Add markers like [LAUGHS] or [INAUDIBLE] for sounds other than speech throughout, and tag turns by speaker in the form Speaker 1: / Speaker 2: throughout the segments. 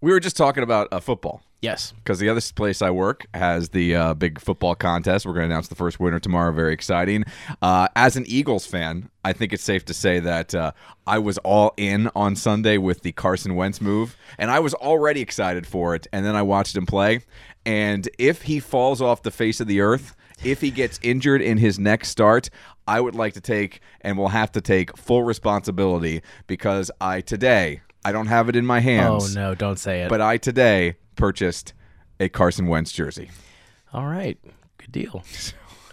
Speaker 1: We were just talking about uh, football
Speaker 2: Yes.
Speaker 1: because the other place I work has the uh, big football contest. We're going to announce the first winner tomorrow. Very exciting. Uh, as an Eagles fan, I think it's safe to say that uh, I was all in on Sunday with the Carson Wentz move, and I was already excited for it. And then I watched him play, and if he falls off the face of the earth, if he gets injured in his next start, I would like to take and will have to take full responsibility because I today. I don't have it in my hands
Speaker 2: Oh no! Don't say it.
Speaker 1: but I today purchased a Carson Wentz jersey.
Speaker 2: all right, good deal. [LAUGHS]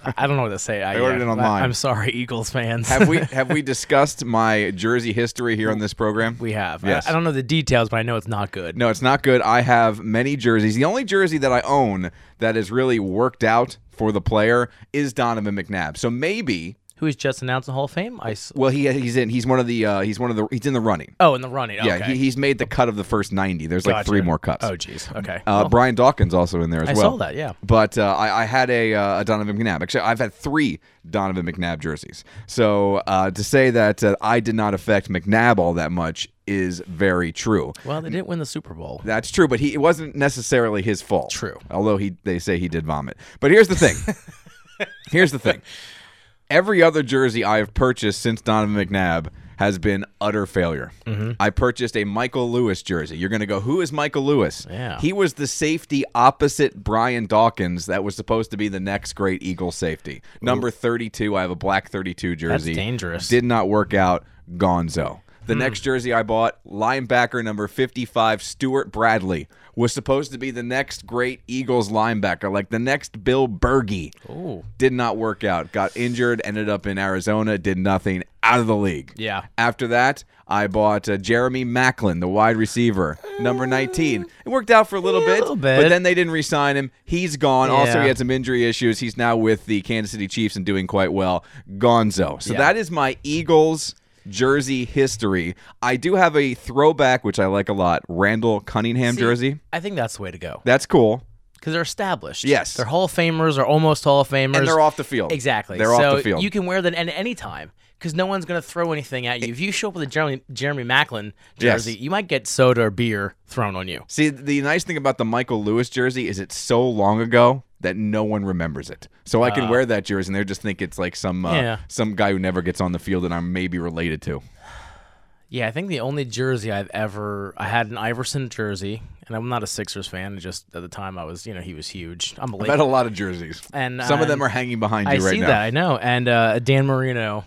Speaker 2: I- I don't know what to say. I,
Speaker 1: ordered it online.
Speaker 2: I, am sorry, Eagles fans.
Speaker 1: Have we have we discussed my jersey history here on this program?
Speaker 2: [LAUGHS] we have.
Speaker 1: Yes.
Speaker 2: I, I don't know the details, but I know it's not good.
Speaker 1: No, it's not good. I have many jerseys. The only jersey that I own that is really worked out for the player is Donovan McNabb. So maybe,
Speaker 2: Who is just announced in the Hall of Fame? I. s-
Speaker 1: well, he he's in. He's one of the. Uh, he's one of the. He's in the running.
Speaker 2: Oh, in the running.
Speaker 1: Yeah,
Speaker 2: okay.
Speaker 1: he, he's made the cut of the first ninety. There's like
Speaker 2: Gotcha.
Speaker 1: three more cuts.
Speaker 2: Oh, jeez. Okay.
Speaker 1: Uh, Brian Dawkins also in there as
Speaker 2: I
Speaker 1: well.
Speaker 2: saw that, yeah.
Speaker 1: But uh, I, I had a, uh, a Donovan McNabb. Actually, I've had three Donovan McNabb jerseys. So uh, to say that uh, I did not affect McNabb all that much is very true.
Speaker 2: well, they didn't win the Super Bowl.
Speaker 1: That's true, but he it wasn't necessarily his fault.
Speaker 2: True.
Speaker 1: Although he they say he did vomit. But here's the
Speaker 2: [LAUGHS]
Speaker 1: thing. here's the thing. Every other jersey I have purchased since Donovan McNabb has been utter failure.
Speaker 2: Mm-hmm.
Speaker 1: I purchased a Michael Lewis jersey. You're going to go, who is Michael Lewis?
Speaker 2: Yeah.
Speaker 1: He was the safety opposite Brian Dawkins that was supposed to be the next great Eagle safety. Number 32. I have a black 32 jersey.
Speaker 2: dangerous. Hmm.
Speaker 1: Did not work out. Gonzo. The next jersey I bought, linebacker number 55, Stuart Bradley, was supposed to be the next great Eagles linebacker, like the next Bill Berge.
Speaker 2: Ooh.
Speaker 1: Did not work out. Got injured, ended up in Arizona, did nothing, out of the league.
Speaker 2: Yeah.
Speaker 1: After that, I bought uh, Jeremy Macklin, the wide receiver, number 19. It worked out for a little,
Speaker 2: Yeah, a
Speaker 1: bit,
Speaker 2: little bit.
Speaker 1: but then they didn't re-sign him. He's gone. Also,
Speaker 2: Yeah.
Speaker 1: he had some injury issues. He's now with the Kansas City Chiefs and doing quite well. Gonzo. So
Speaker 2: Yeah.
Speaker 1: that is my Eagles jersey history. I do have a throwback, which I like a lot, Randall Cunningham jersey.
Speaker 2: I think that's the way to go
Speaker 1: That's cool.
Speaker 2: because they're established.
Speaker 1: Yes.
Speaker 2: They're Hall of Famers or almost Hall of Famers.
Speaker 1: And they're off the field.
Speaker 2: Exactly.
Speaker 1: They're
Speaker 2: so
Speaker 1: off the field.
Speaker 2: You can wear them at any time because no one's going to throw anything at you. If you show up with a Jeremy, Jeremy Macklin
Speaker 1: Yes.
Speaker 2: jersey, you might get soda or beer thrown on you.
Speaker 1: See, the nice thing about the Michael Lewis jersey is it's so long ago that no one remembers it. So I can wear that jersey, and they just think it's like some uh,
Speaker 2: Ah. Yeah.
Speaker 1: some guy who never gets on the field, and I'm maybe related to.
Speaker 2: Yeah, I think the only jersey I've ever I had an Iverson jersey, and I'm not a Sixers fan. it Just at the time, I was you know he was huge. I'm a
Speaker 1: I've
Speaker 2: Lakers.
Speaker 1: had a lot of jerseys,
Speaker 2: And,
Speaker 1: some of them
Speaker 2: um,
Speaker 1: are hanging behind you
Speaker 2: I
Speaker 1: right
Speaker 2: see
Speaker 1: now.
Speaker 2: that. I know. And uh, Dan Marino.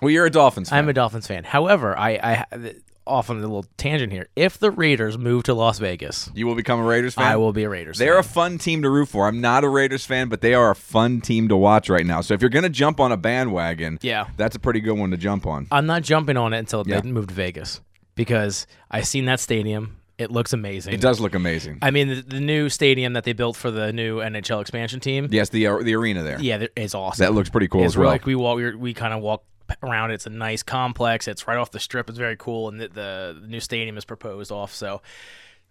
Speaker 1: Well, you're a Dolphins fan.
Speaker 2: I'm a Dolphins fan. However, I, I off on a little tangent here. If the Raiders move to Las Vegas,
Speaker 1: you will become a Raiders fan.
Speaker 2: I will be a Raiders.
Speaker 1: They're
Speaker 2: fan.
Speaker 1: a fun team to root for. I'm not a Raiders fan, but they are a fun team to watch right now. So if you're going to jump on a bandwagon,
Speaker 2: Yeah. Uh,
Speaker 1: that's a pretty good one to jump on.
Speaker 2: I'm not jumping on it until
Speaker 1: Yeah.
Speaker 2: they move to Vegas because I seen that stadium. It looks amazing.
Speaker 1: It does look amazing.
Speaker 2: I mean, the, the new stadium that they built for the new NHL expansion team.
Speaker 1: yes, the uh, the arena there.
Speaker 2: Yeah, there- it's awesome.
Speaker 1: That looks pretty cool
Speaker 2: It's
Speaker 1: as well.
Speaker 2: Like we walk, we, we kind of walk around. It's a nice complex. It's right off the strip. It's very cool, and the, the, the new stadium is proposed off. So,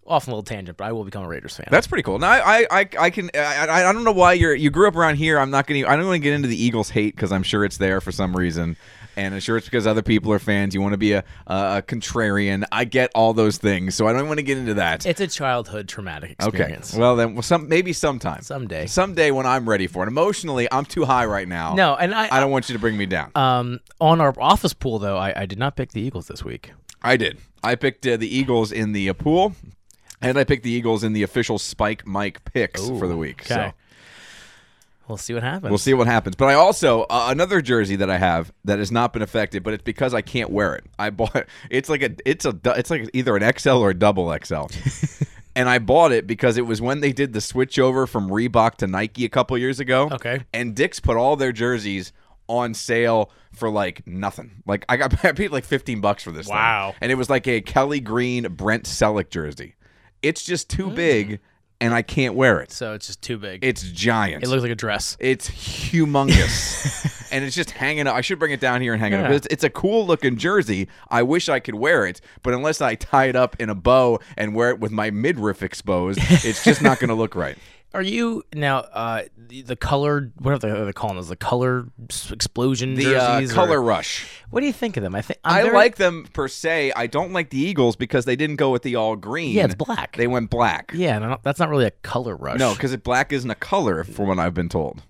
Speaker 2: off on a little tangent, but I will become a Raiders fan.
Speaker 1: That's pretty cool. Now I I, I, I can I, I I don't know why you're you grew up around here. I'm not gonna I don't want to get into the Eagles hate because I'm sure it's there for some reason, and I'm sure it's because other people are fans. You want to be a, a a contrarian. I get all those things, so I don't want to get into that.
Speaker 2: it's a childhood traumatic
Speaker 1: Okay.
Speaker 2: experience.
Speaker 1: Well then, well, some maybe sometime
Speaker 2: Someday.
Speaker 1: someday when I'm ready for it. Emotionally, I'm too high right now.
Speaker 2: No, and I,
Speaker 1: I don't want you to bring me down.
Speaker 2: um on our office pool though, I, I did not pick the Eagles this week.
Speaker 1: I did. I picked uh, the Eagles in the uh, pool, and I picked the Eagles in the official Spike Mike picks for the week. So.
Speaker 2: Okay. We'll see what happens.
Speaker 1: We'll see what happens. But I also uh, another jersey that I have that has not been affected, but it's because I can't wear it. I bought [LAUGHS] it's like a it's a du- it's like either an XL or a double XL.
Speaker 2: [LAUGHS]
Speaker 1: and I bought it because it was when they did the switch over from Reebok to Nike a couple years ago.
Speaker 2: Okay.
Speaker 1: And Dick's put all their jerseys on sale for like nothing. Like I got [LAUGHS] I paid like 15 bucks for this thing.
Speaker 2: Wow.
Speaker 1: And it was like a Kelly Green Brent Selleck jersey. It's just
Speaker 2: Mm.
Speaker 1: too big and I can't wear it.
Speaker 2: So it's just too big.
Speaker 1: It's giant.
Speaker 2: it looks like a dress.
Speaker 1: It's humongous.
Speaker 2: [LAUGHS]
Speaker 1: and it's just hanging up. I should bring it down here and hang it up.
Speaker 2: Yeah.
Speaker 1: It's, it's a cool looking jersey. I wish I could wear it, but
Speaker 2: [LAUGHS]
Speaker 1: unless I tie it up in a bow and wear it with my midriff exposed, it's just not going to look right.
Speaker 2: Are you now uh, the, the colored? What are they, are they calling those? The color s- explosion
Speaker 1: The uh,
Speaker 2: jerseys? or-
Speaker 1: color rush.
Speaker 2: what do you think of them? I think I'm
Speaker 1: i
Speaker 2: very-
Speaker 1: like them per se. I don't like the Eagles because they didn't go with the all green.
Speaker 2: Yeah, it's black.
Speaker 1: They went black.
Speaker 2: yeah, and I don't- that's not really a color rush.
Speaker 1: No, because black isn't a color, from what I've been told.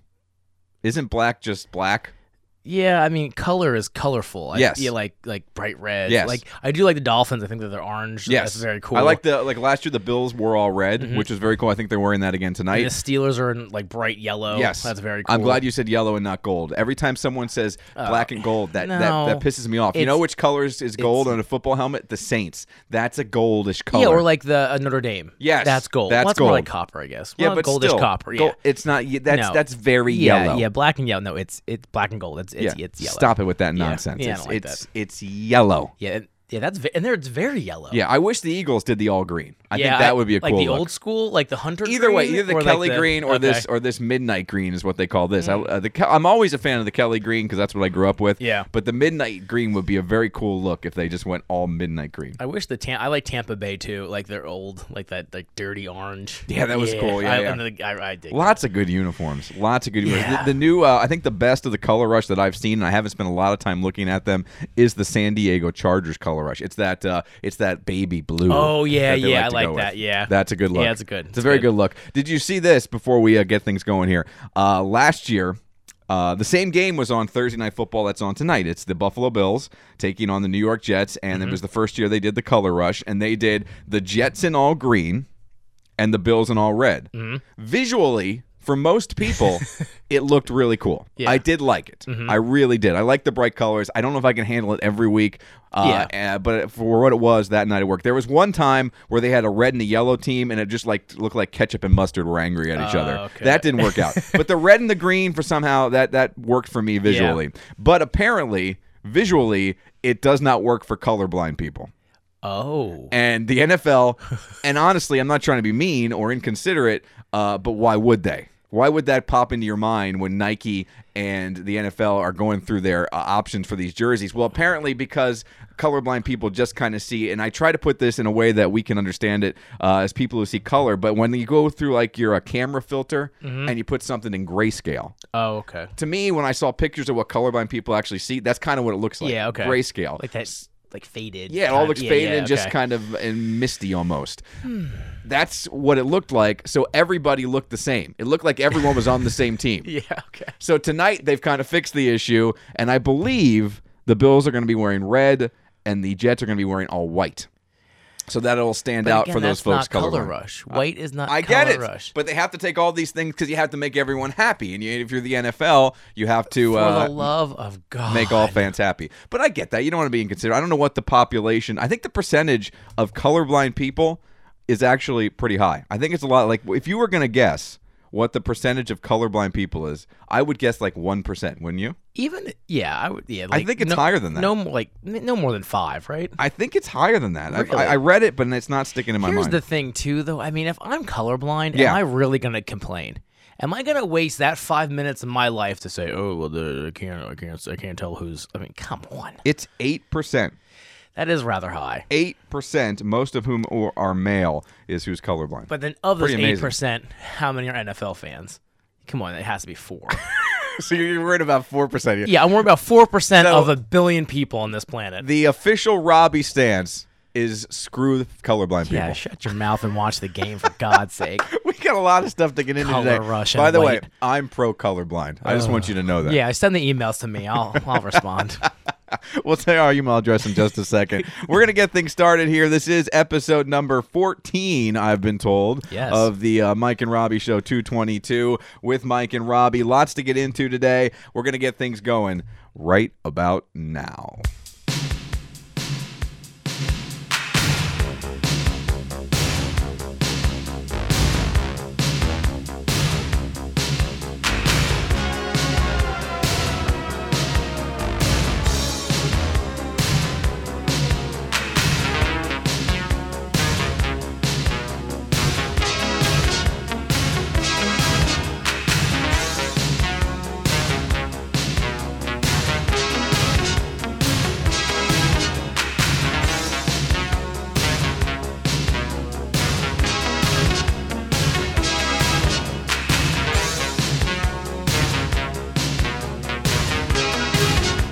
Speaker 1: Isn't black just black?
Speaker 2: Yeah, I mean, color is colorful. I,
Speaker 1: Yes.
Speaker 2: Yeah, like like bright red.
Speaker 1: Yes.
Speaker 2: Like I do like the Dolphins. I think that they're orange.
Speaker 1: Yes,
Speaker 2: That's very cool.
Speaker 1: I like the like last year the Bills were all red,
Speaker 2: Mhm.
Speaker 1: which is very cool. I think they're wearing that again tonight.
Speaker 2: And the Steelers are in like bright yellow.
Speaker 1: Yes.
Speaker 2: That's very cool. Oh,
Speaker 1: I'm glad you said yellow and not gold. Every time someone says black and gold, that,
Speaker 2: no.
Speaker 1: that, that pisses me off. You know
Speaker 2: It's-
Speaker 1: which colors is gold on a football helmet? The Saints. That's a goldish color.
Speaker 2: Yeah, or like the uh, Notre Dame.
Speaker 1: Yes,
Speaker 2: That's gold.
Speaker 1: that's
Speaker 2: well, that's more like
Speaker 1: gold.
Speaker 2: copper, I guess.
Speaker 1: yeah,
Speaker 2: Well,
Speaker 1: but
Speaker 2: gold is
Speaker 1: still,
Speaker 2: copper. Yeah.
Speaker 1: gold- it's not. y- That's
Speaker 2: No.
Speaker 1: that's very
Speaker 2: yeah,
Speaker 1: yellow.
Speaker 2: yeah, black and yellow. No, it's it's black and gold. It's it's,
Speaker 1: Yeah.
Speaker 2: it's yellow.
Speaker 1: Stop it with that
Speaker 2: Yeah.
Speaker 1: nonsense.
Speaker 2: Yeah, I
Speaker 1: it's
Speaker 2: don't like
Speaker 1: it's, it's yellow.
Speaker 2: Yeah, and- yeah, that's ve- and there it's very yellow.
Speaker 1: Yeah, I wish the Eagles did the all green. I
Speaker 2: Yeah,
Speaker 1: think that would be a
Speaker 2: like
Speaker 1: cool
Speaker 2: the
Speaker 1: look.
Speaker 2: old school, like the hunter.
Speaker 1: either way,
Speaker 2: green
Speaker 1: either the
Speaker 2: or like
Speaker 1: Kelly green or this
Speaker 2: okay.
Speaker 1: or this midnight green is what they call this. I, uh, the, Ke- I'm always a fan of the Kelly green because that's what I grew up with.
Speaker 2: Yeah.
Speaker 1: but the midnight green would be a very cool look if they just went all midnight green.
Speaker 2: I wish the Tam- I like Tampa Bay too, like they're old, like that like dirty orange.
Speaker 1: Yeah, that was cool, yeah,
Speaker 2: I,
Speaker 1: yeah.
Speaker 2: and the- I, I dig.
Speaker 1: Lots of good uniforms. Lots of good uniforms.
Speaker 2: Yeah.
Speaker 1: The, the new, uh, I think the best of the color rush that I've seen, and I haven't spent a lot of time looking at them, is the San Diego Chargers color rush. It's that, uh, it's that baby blue.
Speaker 2: Oh, yeah,
Speaker 1: that they
Speaker 2: yeah,
Speaker 1: to
Speaker 2: I like
Speaker 1: go
Speaker 2: that,
Speaker 1: with.
Speaker 2: yeah.
Speaker 1: that's a good look.
Speaker 2: Yeah, it's good,
Speaker 1: It's, a
Speaker 2: it's
Speaker 1: very
Speaker 2: good.
Speaker 1: good. look. Did you see this before we uh, get things going here? Uh, last year. Uh, the same game was on Thursday Night Football that's on tonight. It's the Buffalo Bills taking on the New York Jets, and
Speaker 2: Mm-hmm.
Speaker 1: it was the first year they did the color rush, and they did the Jets in all green, and the Bills in all red. Visually, for most people, it looked really cool. I did like it. I really did. I like the bright colors. I don't know if I can handle it every week. Uh, uh, but for what it was that night at work, there was one time where they had a red and a yellow team, and it just like looked like ketchup and mustard were angry at each other.
Speaker 2: okay.
Speaker 1: That didn't work out. but the red and the green for somehow that that worked for me visually. But apparently, visually, it does not work for colorblind people
Speaker 2: Oh,
Speaker 1: and the NFL. and honestly, I'm not trying to be mean or inconsiderate, uh, but why would they? Why would that pop into your mind when Nike and the NFL are going through their uh, options for these jerseys? Well, apparently because colorblind people just kind of see, and I try to put this in a way that we can understand it uh, as people who see color. But when you go through like your uh, camera filter
Speaker 2: Mm-hmm.
Speaker 1: and you put something in grayscale,
Speaker 2: oh, okay.
Speaker 1: to me, when I saw pictures of what colorblind people actually see, that's kind of what it looks like.
Speaker 2: Yeah, okay.
Speaker 1: Grayscale.
Speaker 2: Like that, like faded.
Speaker 1: Yeah, it all
Speaker 2: kind-
Speaker 1: looks faded
Speaker 2: Uh, yeah,
Speaker 1: and just
Speaker 2: okay. Hmm.
Speaker 1: kind of and misty almost. That's what it looked like. So everybody looked the same. It looked like everyone was on the same team.
Speaker 2: [LAUGHS] [LAUGHS] Yeah, okay.
Speaker 1: So tonight they've kind of fixed the issue, and I believe the Bills are going to be wearing red, and the Jets are going to be wearing all white. So that'll stand out
Speaker 2: Again,
Speaker 1: for those
Speaker 2: that's
Speaker 1: folks.
Speaker 2: not color
Speaker 1: colorblind.
Speaker 2: rush. White is not.
Speaker 1: I
Speaker 2: color
Speaker 1: get it,
Speaker 2: Rush.
Speaker 1: but they have to take all these things because you have to make everyone happy, and you, if you're the NFL, you have to
Speaker 2: For
Speaker 1: uh,
Speaker 2: the love of God,
Speaker 1: make all fans happy. But I get that. You don't want to be inconsiderate. I don't know what the population. I think the percentage of colorblind people is actually pretty high. I think it's a lot like if you were going to guess what the percentage of colorblind people is, I would guess like 1%, wouldn't you?
Speaker 2: even yeah, I would yeah.
Speaker 1: I
Speaker 2: Like,
Speaker 1: think it's
Speaker 2: no,
Speaker 1: higher than that.
Speaker 2: No, more like n- no more than five, right?
Speaker 1: I think it's higher than that. I-
Speaker 2: Really?
Speaker 1: I, I read it, but it's not sticking in my
Speaker 2: Here's
Speaker 1: mind.
Speaker 2: the thing, too, though. I mean, if I'm colorblind,
Speaker 1: Yeah.
Speaker 2: am I really going to complain? Am I going to waste that five minutes of my life to say, "Oh, well, the, I can't, I can't, I can't tell who's"? I mean, come on,
Speaker 1: it's 8%.
Speaker 2: that is rather high.
Speaker 1: 8%, most of whom are- are male, is who's colorblind.
Speaker 2: But [LAUGHS] then, of those
Speaker 1: Pretty amazing.
Speaker 2: eight percent, how many are NFL fans? Come on, it has to be four. [LAUGHS]
Speaker 1: so you're worried about 4% here.
Speaker 2: yeah, I'm worried about four percent
Speaker 1: So-
Speaker 2: of a billion people on this planet.
Speaker 1: The official Robbie stance is screw the colorblind people.
Speaker 2: yeah, shut your mouth and watch the game for
Speaker 1: [LAUGHS]
Speaker 2: God's sake.
Speaker 1: we got a lot of stuff to get into today.
Speaker 2: Color rush
Speaker 1: By
Speaker 2: and
Speaker 1: the way,
Speaker 2: white.
Speaker 1: I'm pro colorblind. I just want you to know that.
Speaker 2: Yeah, send the emails to me. I'll,
Speaker 1: [LAUGHS]
Speaker 2: I'll respond.
Speaker 1: We'll tell you our email address in
Speaker 2: [LAUGHS]
Speaker 1: just a second. We're gonna get things started here. This is episode number 14. I've been told.
Speaker 2: Yes.
Speaker 1: Of the uh, Mike and Robbie show 222 with Mike and Robbie. Lots to get into today. We're gonna get things going right about now.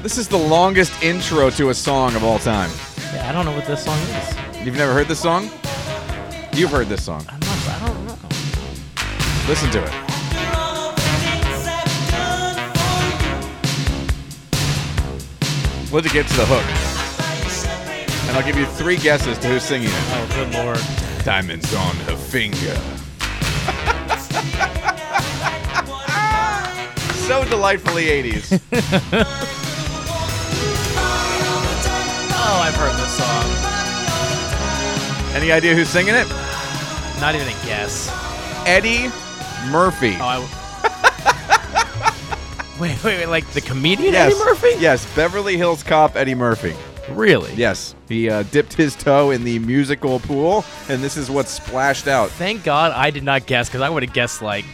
Speaker 1: This is the longest intro to a song of all time.
Speaker 2: Yeah, I don't know what this song is.
Speaker 1: You've never heard this song? You've heard this song.
Speaker 2: I'm not, I don't know.
Speaker 1: Listen to it. Let it get to the hook. And I'll give you three guesses to who's singing it.
Speaker 2: Oh, good lord.
Speaker 1: Diamonds on her finger. [LAUGHS] so delightfully 80s.
Speaker 2: Oh, I've heard this song.
Speaker 1: Any idea who's singing it?
Speaker 2: Not even a guess.
Speaker 1: Eddie Murphy.
Speaker 2: Oh, I. [LAUGHS] wait, wait, wait. Like the comedian
Speaker 1: yes.
Speaker 2: Eddie Murphy?
Speaker 1: Yes, Beverly Hills Cop Eddie Murphy.
Speaker 2: Really?
Speaker 1: Yes, he uh, dipped his toe in the musical pool, and this is what splashed out.
Speaker 2: Thank God I did not guess because I would have guessed like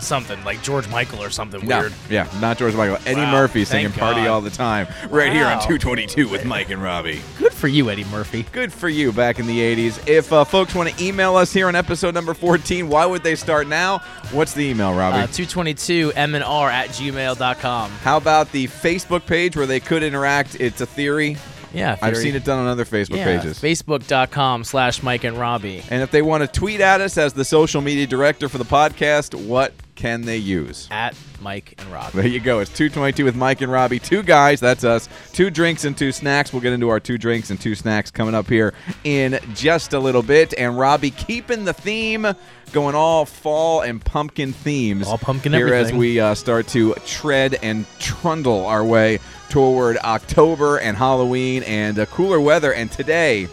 Speaker 2: something like George Michael or something weird.
Speaker 1: No, yeah, not George Michael. Eddie
Speaker 2: Wow,
Speaker 1: Murphy
Speaker 2: thank
Speaker 1: singing "Party
Speaker 2: God.
Speaker 1: All the Time" right here on
Speaker 2: Wow.
Speaker 1: 222 with Mike and Robbie.
Speaker 2: Good for you, Eddie Murphy.
Speaker 1: Good for you back in the 80s. If uh, folks want to email us here on episode number 14, why would they start now? What's the email, Robbie?
Speaker 2: Uh, 222 M and R at gmail.com.
Speaker 1: How about the Facebook page where they could interact? It's a theory.
Speaker 2: Yeah.
Speaker 1: I've
Speaker 2: very-
Speaker 1: seen it done on other Facebook
Speaker 2: yeah,
Speaker 1: pages.
Speaker 2: Facebook.com slash Mike and Robbie.
Speaker 1: and if they want to tweet at us as the social media director for the podcast, what can they use?
Speaker 2: At Mike and Robbie.
Speaker 1: [LAUGHS] There you go. It's 222 with Mike and Robbie. Two guys, that's us. Two drinks and two snacks. We'll get into our two drinks and two snacks coming up here in just a little bit. And Robbie keeping the theme going all fall and pumpkin themes.
Speaker 2: All pumpkin
Speaker 1: Here as
Speaker 2: everything.
Speaker 1: we uh, start to tread and trundle our way toward October and Halloween and uh, cooler weather. And today,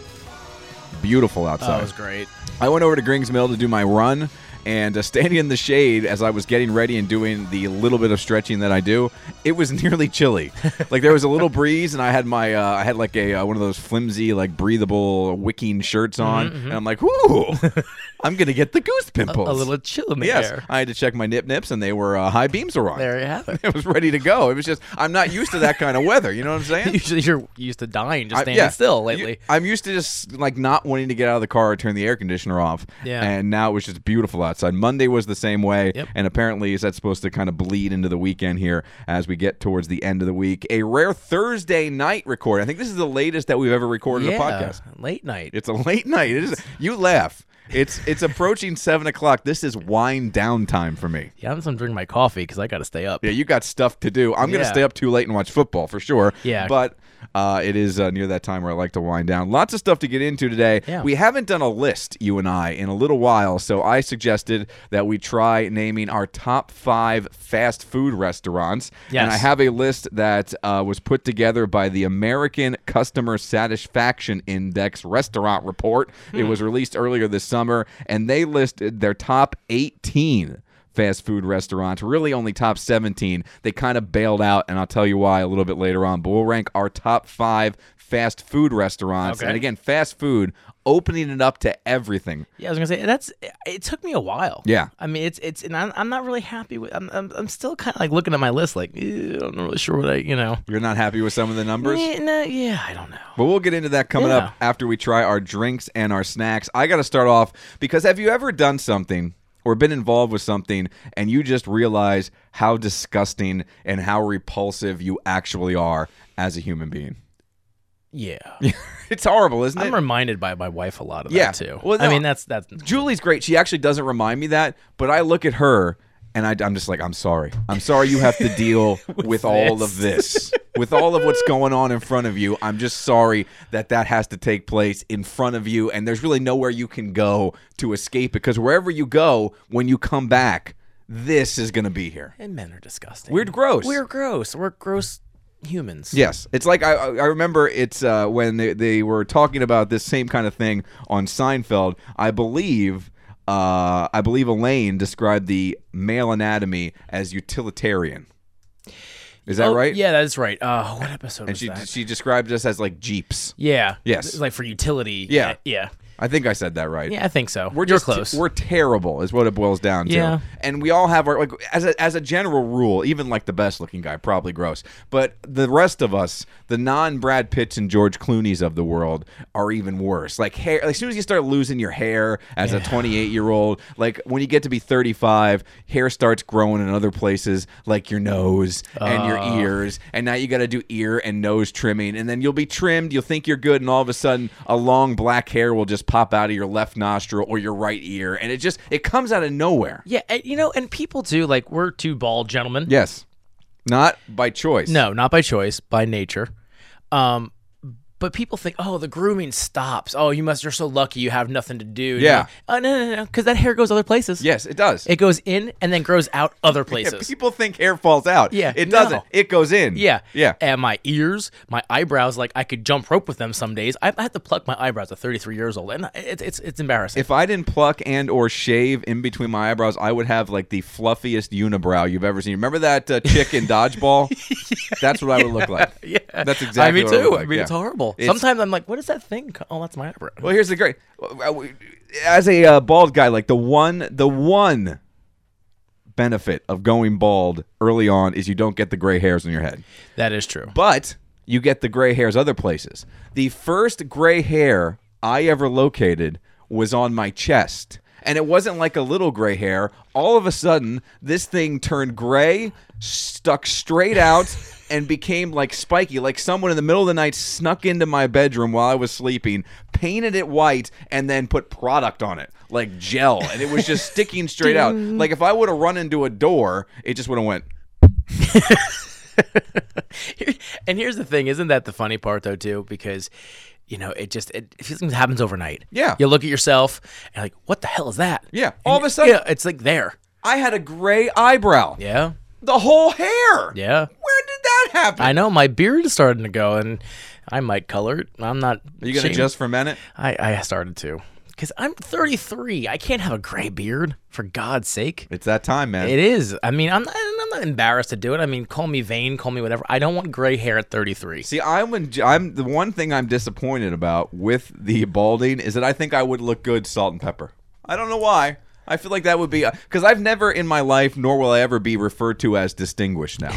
Speaker 1: beautiful outside.
Speaker 2: That Oh, was great.
Speaker 1: I went over to Grings Mill to do my run, and uh, standing in the shade as I was getting ready and doing the little bit of stretching that I do, it was [LAUGHS] nearly chilly. like there was a little breeze, and I had my uh, I had like a uh, one of those flimsy like breathable wicking shirts on, and I'm like, whoo, I'm gonna get the goose pimples.
Speaker 2: Mm-hmm, [LAUGHS] A little chill in the
Speaker 1: yes.
Speaker 2: air.
Speaker 1: I had to check my nip nips, and they were uh, high beams were on.
Speaker 2: There you have it.
Speaker 1: [LAUGHS] It was ready to go. It was just I'm not used to that kind of weather. You know what I'm saying?
Speaker 2: [LAUGHS] Usually you're used to dying just
Speaker 1: I-
Speaker 2: standing still lately.
Speaker 1: You- I'm used to just like not wanting to get out of the car or turn the air conditioner off.
Speaker 2: Yeah.
Speaker 1: And now it was just beautiful outside. Monday was the same way.
Speaker 2: Yep.
Speaker 1: And apparently, is that supposed to kind of bleed into the weekend here as we get towards the end of the week? A rare Thursday night record. I think this is the latest that we've ever recorded a podcast.
Speaker 2: Late night.
Speaker 1: It's a late night. It is. You laugh. It's it's approaching seven o'clock. This is wind down time for me.
Speaker 2: yeah, I'm just drinking my coffee because I got to stay up.
Speaker 1: Yeah, you got stuff to do. I'm going to
Speaker 2: Yeah.
Speaker 1: stay up too late and watch football for sure.
Speaker 2: Yeah.
Speaker 1: But uh, it is uh, near that time where I like to wind down. Lots of stuff to get into today.
Speaker 2: Yeah.
Speaker 1: We haven't done a list, you and I, in a little while. So I suggested that we try naming our top five fast food restaurants. And
Speaker 2: Yes.
Speaker 1: I have a list that uh, was put together by the American Customer Satisfaction Index Restaurant Report. It was released earlier this summer, and they listed their top 18 fast food restaurants, really only top 17. They kind of bailed out, and I'll tell you why a little bit later on. But we'll rank our top five fast food restaurants.
Speaker 2: Okay.
Speaker 1: And again, fast food, opening it up to everything.
Speaker 2: Yeah, I was gonna say that's. It took me a while.
Speaker 1: Yeah.
Speaker 2: I mean, it's it's, and I'm, I'm not really happy with. I'm I'm, I'm still kind of like looking at my list, like eh, I'm not really sure what I, you know.
Speaker 1: You're not happy with some of the numbers?
Speaker 2: Eh, no, yeah, I don't know.
Speaker 1: But we'll get into that coming up after we try our drinks and our snacks. I got to start off because have you ever done something or been involved with something and you just realize how disgusting and how repulsive you actually are as a human being? [LAUGHS]
Speaker 2: Yeah,
Speaker 1: It's horrible, isn't it?
Speaker 2: I'm reminded by my wife a lot of
Speaker 1: Yeah.
Speaker 2: that too.
Speaker 1: Well,
Speaker 2: I
Speaker 1: no.
Speaker 2: mean, that's that's
Speaker 1: Julie's great. She actually doesn't remind me that, but I look at her and I, am just like, I'm sorry. I'm sorry you have [LAUGHS] to deal with, all of this, with all of what's going on in front of you. I'm just sorry that that has to take place in front of you, and there's really nowhere you can go to escape because wherever you go, when you come back, this is going to be here.
Speaker 2: and men are disgusting.
Speaker 1: Weird, gross.
Speaker 2: We're gross. We're gross humans.
Speaker 1: Yes, it's like I, I I remember it's uh, when they, they were talking about this same kind of thing on Seinfeld. I believe uh, I believe Elaine described the male anatomy as utilitarian. Is that
Speaker 2: Oh,
Speaker 1: right?
Speaker 2: Yeah, that's right. Uh, what episode
Speaker 1: And
Speaker 2: was
Speaker 1: she
Speaker 2: that?
Speaker 1: she described us as like jeeps.
Speaker 2: yeah.
Speaker 1: Yes.
Speaker 2: It's like for utility.
Speaker 1: Yeah.
Speaker 2: Yeah.
Speaker 1: I think I said that right.
Speaker 2: Yeah, I think so.
Speaker 1: We're
Speaker 2: You're
Speaker 1: just
Speaker 2: close.
Speaker 1: we're terrible, is what it boils down to.
Speaker 2: Yeah.
Speaker 1: And we all have our like as a, as a general rule, even like the best looking guy, probably gross. But the rest of us, the non Brad Pitts and George Clooney's of the world, are even worse. Like hair. Like, as soon as you start losing your hair as a 28 year old, like when you get to be 35, hair starts growing in other places, like your nose and your ears, and now you got to do ear and nose trimming, and then you'll be trimmed. You'll think you're good, and all of a sudden, a long black hair will just pop out of your left nostril or your right ear, and it just it comes out of nowhere.
Speaker 2: yeah, and, you know, and people do like we're two bald gentlemen.
Speaker 1: Yes. Not by choice.
Speaker 2: No, not by choice, by nature. Um, but people think, oh, the grooming stops. Oh, you must, you're so lucky you have nothing to do. You
Speaker 1: Yeah.
Speaker 2: know? Oh, no, no, no, because that hair goes other places.
Speaker 1: Yes, it does.
Speaker 2: It goes in and then grows out other
Speaker 1: Yeah,
Speaker 2: places.
Speaker 1: people think hair falls out.
Speaker 2: Yeah,
Speaker 1: It
Speaker 2: no.
Speaker 1: doesn't. It goes in.
Speaker 2: Yeah.
Speaker 1: Yeah.
Speaker 2: And my ears, my eyebrows, like I could jump rope with them some days. I, I had to pluck my eyebrows at 33 years old, and it's it's it's embarrassing.
Speaker 1: If I didn't pluck and or shave in between my eyebrows, I would have like the fluffiest unibrow you've ever seen. Remember that uh, chick
Speaker 2: [LAUGHS]
Speaker 1: in Dodgeball? That's what I would look like.
Speaker 2: yeah.
Speaker 1: That's exactly
Speaker 2: I mean,
Speaker 1: what I
Speaker 2: too.
Speaker 1: look
Speaker 2: I
Speaker 1: like,
Speaker 2: mean,
Speaker 1: yeah.
Speaker 2: it's horrible.
Speaker 1: It's-
Speaker 2: Sometimes I'm like, what is that thing? ca- Oh, that's my eyebrow.
Speaker 1: Well, here's the great. uh, As a uh, bald guy, like the one, the one benefit of going bald early on is you don't get the gray hairs on your head.
Speaker 2: That is true.
Speaker 1: but you get the gray hairs other places. The first gray hair I ever located was on my chest. And it wasn't like a little gray hair. All of a sudden, this thing turned gray, stuck straight out, and became like spiky. Like someone in the middle of the night snuck into my bedroom while I was sleeping, painted it white, and then put product on it, like gel. And it was just sticking straight out. Like if I would have run into a door, it just would have went.
Speaker 2: [LAUGHS] and here's the thing, isn't that the funny part though too? Because you know, it just it, it feels like it happens overnight.
Speaker 1: Yeah.
Speaker 2: You look at yourself and like, what the hell is that?
Speaker 1: Yeah.
Speaker 2: And
Speaker 1: All of
Speaker 2: you-
Speaker 1: a sudden-
Speaker 2: yeah, it's like there.
Speaker 1: I had a gray eyebrow.
Speaker 2: Yeah.
Speaker 1: The whole hair.
Speaker 2: Yeah.
Speaker 1: Where did that happen?
Speaker 2: I know my beard is starting to go, and I might color it. I'm not.
Speaker 1: Are you gonna
Speaker 2: ashamed.
Speaker 1: just ferment it?
Speaker 2: I I started to, because I'm 33. I can't have a gray beard for God's sake.
Speaker 1: It's that time, man.
Speaker 2: It is. I mean, I'm not, I'm not embarrassed to do it. I mean, call me vain, call me whatever. I don't want gray hair at 33.
Speaker 1: See, I'm in, I'm the one thing I'm disappointed about with the balding is that I think I would look good salt and pepper. I don't know why. I feel like that would be because I've never in my life, nor will I ever be referred to as distinguished
Speaker 2: [LAUGHS]
Speaker 1: now.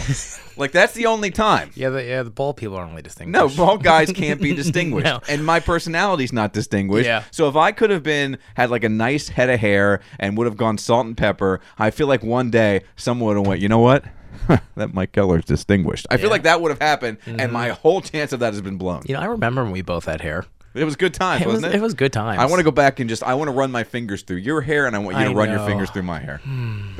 Speaker 1: like that's the only time.
Speaker 2: Yeah, the, yeah, the bald people aren't really distinguished.
Speaker 1: No, bald guys can't
Speaker 2: [LAUGHS]
Speaker 1: be distinguished,
Speaker 2: No.
Speaker 1: and my personality's not distinguished.
Speaker 2: Yeah.
Speaker 1: So if I could have been had like a nice head of hair and would have gone salt and pepper, I feel like one day someone would have went, you know what? [LAUGHS] that Mike Keller's distinguished. I feel like that would have happened,
Speaker 2: Mm-hmm.
Speaker 1: and my whole chance of that has been blown.
Speaker 2: You know, I remember when we both had hair.
Speaker 1: It was good times,
Speaker 2: It was,
Speaker 1: wasn't
Speaker 2: it?
Speaker 1: it?
Speaker 2: was good times.
Speaker 1: I want to go back and just I want to run my fingers through your hair, and I want you to
Speaker 2: I
Speaker 1: run your
Speaker 2: know. Hmm.
Speaker 1: fingers through my hair. [LAUGHS]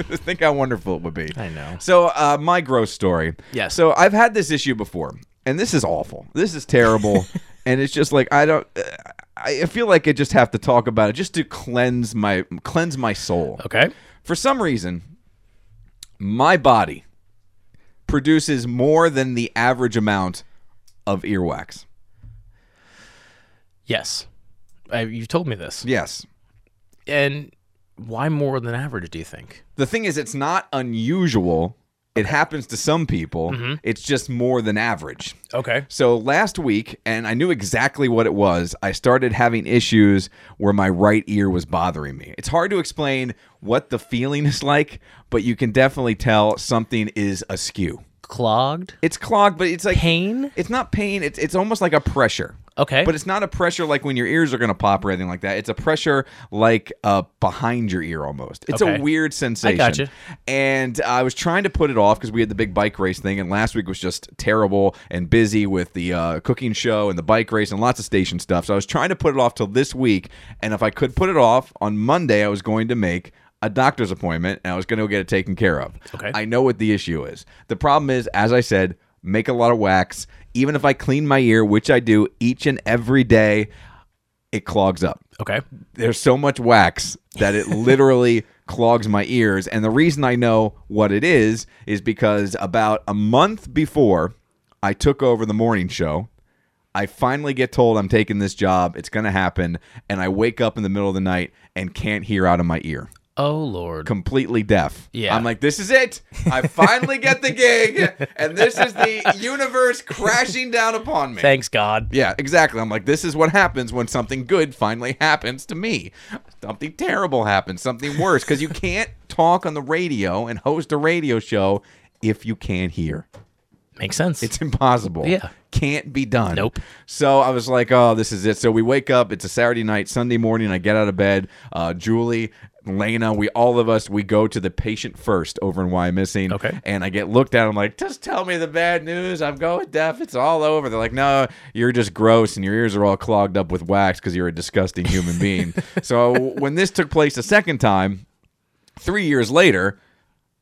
Speaker 1: Think how wonderful it would be.
Speaker 2: I know.
Speaker 1: So uh, my gross story.
Speaker 2: Yes.
Speaker 1: So I've had this issue before, and this is awful. This is
Speaker 2: [LAUGHS]
Speaker 1: terrible, and it's just like I don't. Uh, I I feel like I just have to talk about it just to cleanse my cleanse my soul.
Speaker 2: Okay.
Speaker 1: For some reason, my body produces more than the average amount of earwax.
Speaker 2: Yes. I, you've told me this.
Speaker 1: Yes.
Speaker 2: And why more than average, do you think?
Speaker 1: The thing is, it's not unusual. It happens to some people.
Speaker 2: Mm-hmm.
Speaker 1: It's just more than average.
Speaker 2: Okay.
Speaker 1: So last week, and I knew exactly what it was, I started having issues where my right ear was bothering me. It's hard to explain what the feeling is like, but you can definitely tell something is askew.
Speaker 2: Clogged?
Speaker 1: It's clogged, but it's like
Speaker 2: Pain?
Speaker 1: It's not pain. It's it's almost like a pressure.
Speaker 2: Okay.
Speaker 1: But it's not a pressure like when your ears are going to pop or anything like that. It's a pressure like uh, behind your ear almost. It's
Speaker 2: Okay.
Speaker 1: a weird sensation.
Speaker 2: gotcha.
Speaker 1: And I was trying to put it off because we had the big bike race thing, and last week was just terrible and busy with the uh, cooking show and the bike race and lots of station stuff. So I was trying to put it off till this week. And if I could put it off on Monday, I was going to make a doctor's appointment and I was going to get it taken care of.
Speaker 2: Okay.
Speaker 1: I know what the issue is. The problem is, as I said, make a lot of wax. Even if I clean my ear, which I do each and every day, it clogs up.
Speaker 2: okay.
Speaker 1: There's so much wax that it literally clogs my ears. And the reason I know what it is is because about a month before I took over the morning show, I finally get told I'm taking this job. It's going to happen. And I wake up in the middle of the night and can't hear out of my ear.
Speaker 2: Oh Lord.
Speaker 1: completely deaf.
Speaker 2: Yeah.
Speaker 1: I'm like, this is it. I finally get the gig, and this is the universe crashing down upon me.
Speaker 2: Thanks God.
Speaker 1: yeah, exactly. I'm like, this is what happens when something good finally happens to me. Something terrible happens, something worse, because you can't talk on the radio and host a radio show if you can't hear.
Speaker 2: Makes sense.
Speaker 1: It's impossible.
Speaker 2: Yeah.
Speaker 1: Can't be done.
Speaker 2: Nope.
Speaker 1: So I was like, oh, this is it. So we wake up. It's a Saturday night, Sunday morning. I get out of bed. Uh, Julie, Lena, we all of us, we go to the patient first over in Why Missing.
Speaker 2: Okay.
Speaker 1: And I get looked at. I'm like, just tell me the bad news. I'm going deaf. It's all over. They're like, no, you're just gross and your ears are all clogged up with wax because you're a disgusting human
Speaker 2: [LAUGHS]
Speaker 1: being. so when this took place a second time, three years later,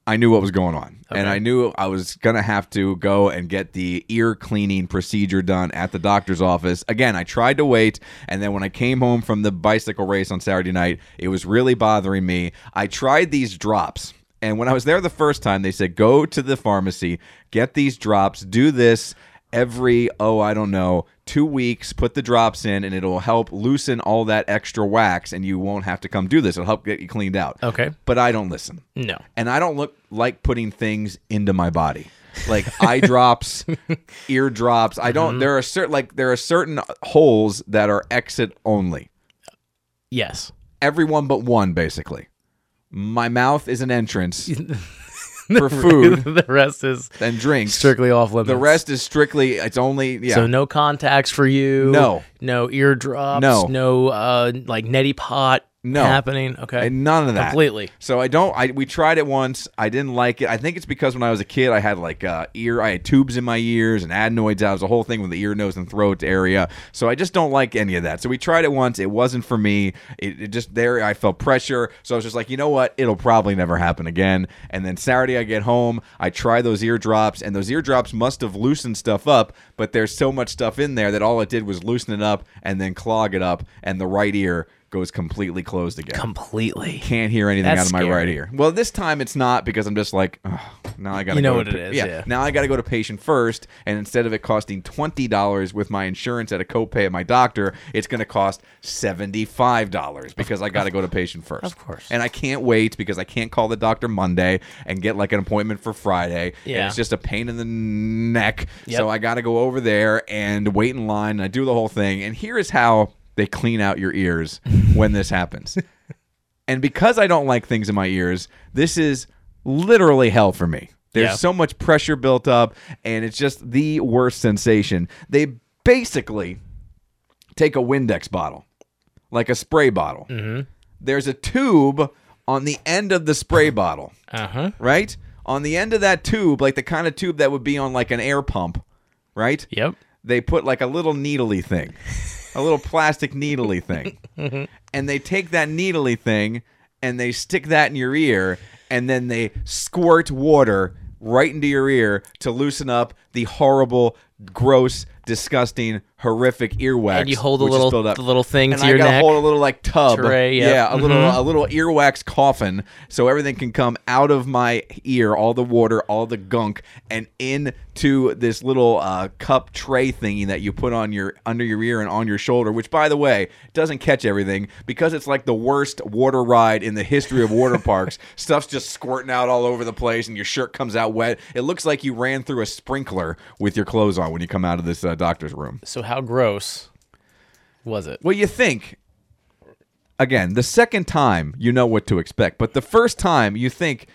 Speaker 1: I knew what was going on. And I knew I was going to have to go and get the ear cleaning procedure done at the doctor's office. Again, I tried to wait. And then when I came home from the bicycle race on Saturday night, it was really bothering me. I tried these drops. And when I was there the first time, they said, go to the pharmacy, get these drops, do this every, oh, I don't know, two weeks, put the drops in, and it'll help loosen all that extra wax, and you won't have to come do this. It'll help get you cleaned out.
Speaker 2: Okay.
Speaker 1: But I don't listen
Speaker 2: No.
Speaker 1: and I don't look like putting things into my body. Like
Speaker 2: [LAUGHS]
Speaker 1: eye drops, ear drops. I don't
Speaker 2: Mm-hmm.
Speaker 1: there are certain like there are certain uh, holes that are exit only.
Speaker 2: Yes.
Speaker 1: Everyone but one basically. My mouth is an
Speaker 2: [LAUGHS]
Speaker 1: entrance for food
Speaker 2: the rest is
Speaker 1: and drinks.
Speaker 2: strictly off limits.
Speaker 1: the rest is strictly it's only yeah.
Speaker 2: So no contacts for you.
Speaker 1: No.
Speaker 2: No eardrops.
Speaker 1: No.
Speaker 2: No uh like neti pot
Speaker 1: No.
Speaker 2: happening. Okay.
Speaker 1: And none of that.
Speaker 2: Completely.
Speaker 1: So I don't. I we tried it once. I didn't like it. I think it's because when I was a kid, I had like uh, ear. I had tubes in my ears and adenoids out. It was a whole thing with the ear, nose, and throat area. So I just don't like any of that. So we tried it once. It wasn't for me. It, it just there. I felt pressure. So I was just like, you know what? It'll probably never happen again. And then Saturday, I get home. I try those eardrops, and those eardrops must have loosened stuff up. But there's so much stuff in there that all it did was loosen it up and then clog it up, and the right ear goes completely closed again
Speaker 2: Completely.
Speaker 1: can't hear anything
Speaker 2: That's
Speaker 1: out of my
Speaker 2: scary.
Speaker 1: right ear. Well, this time it's not because I'm just like, "Ugh, now I gotta.
Speaker 2: You know
Speaker 1: go
Speaker 2: what
Speaker 1: to pa-
Speaker 2: it is, yeah.
Speaker 1: Now I gotta go to patient first, and instead of it costing twenty dollars with my insurance at a copay at my doctor, it's gonna cost seventy five dollars because I gotta go to patient first. Of
Speaker 2: course.
Speaker 1: And I can't wait because I can't call the doctor Monday and get like an appointment for Friday. And
Speaker 2: Yeah.
Speaker 1: it's just a pain in the neck.
Speaker 2: Yep.
Speaker 1: So I gotta go over there and wait in line. And I do the whole thing. And here is how they clean out your ears when this happens. And because I don't like things in my ears, this is literally hell for me. There's
Speaker 2: Yeah.
Speaker 1: so much pressure built up, and it's just the worst sensation. They basically take a Windex bottle, like a spray bottle. There's a tube on the end of the spray bottle,
Speaker 2: Uh huh.
Speaker 1: right? On the end of that tube, like the kind of tube that would be on like an air pump, right?
Speaker 2: Yep.
Speaker 1: they put like a little needly thing, a little plastic needly thing.
Speaker 2: [LAUGHS]
Speaker 1: And they take that needly thing and they stick that in your ear and then they squirt water right into your ear to loosen up the horrible, gross, disgusting, horrific earwax.
Speaker 2: And you hold a
Speaker 1: which is
Speaker 2: little
Speaker 1: built up
Speaker 2: the little thing
Speaker 1: and
Speaker 2: to
Speaker 1: I
Speaker 2: your
Speaker 1: gotta
Speaker 2: neck.
Speaker 1: hold a little like tub,
Speaker 2: Tray, Mm-hmm. yeah.
Speaker 1: yeah, a little a little earwax coffin, so everything can come out of my ear, all the water, all the gunk, and into this little uh, cup tray thingy that you put on your under your ear and on your shoulder. Which, by the way, doesn't catch everything because it's like the worst water ride in the history of water parks.
Speaker 2: [LAUGHS]
Speaker 1: Stuff's just squirting out all over the place, and your shirt comes out wet. It looks like you ran through a sprinkler with your clothes on when you come out of this uh, doctor's room.
Speaker 2: so how gross was it?
Speaker 1: Well, you think. Again, the second time you know what to expect, but the first time you think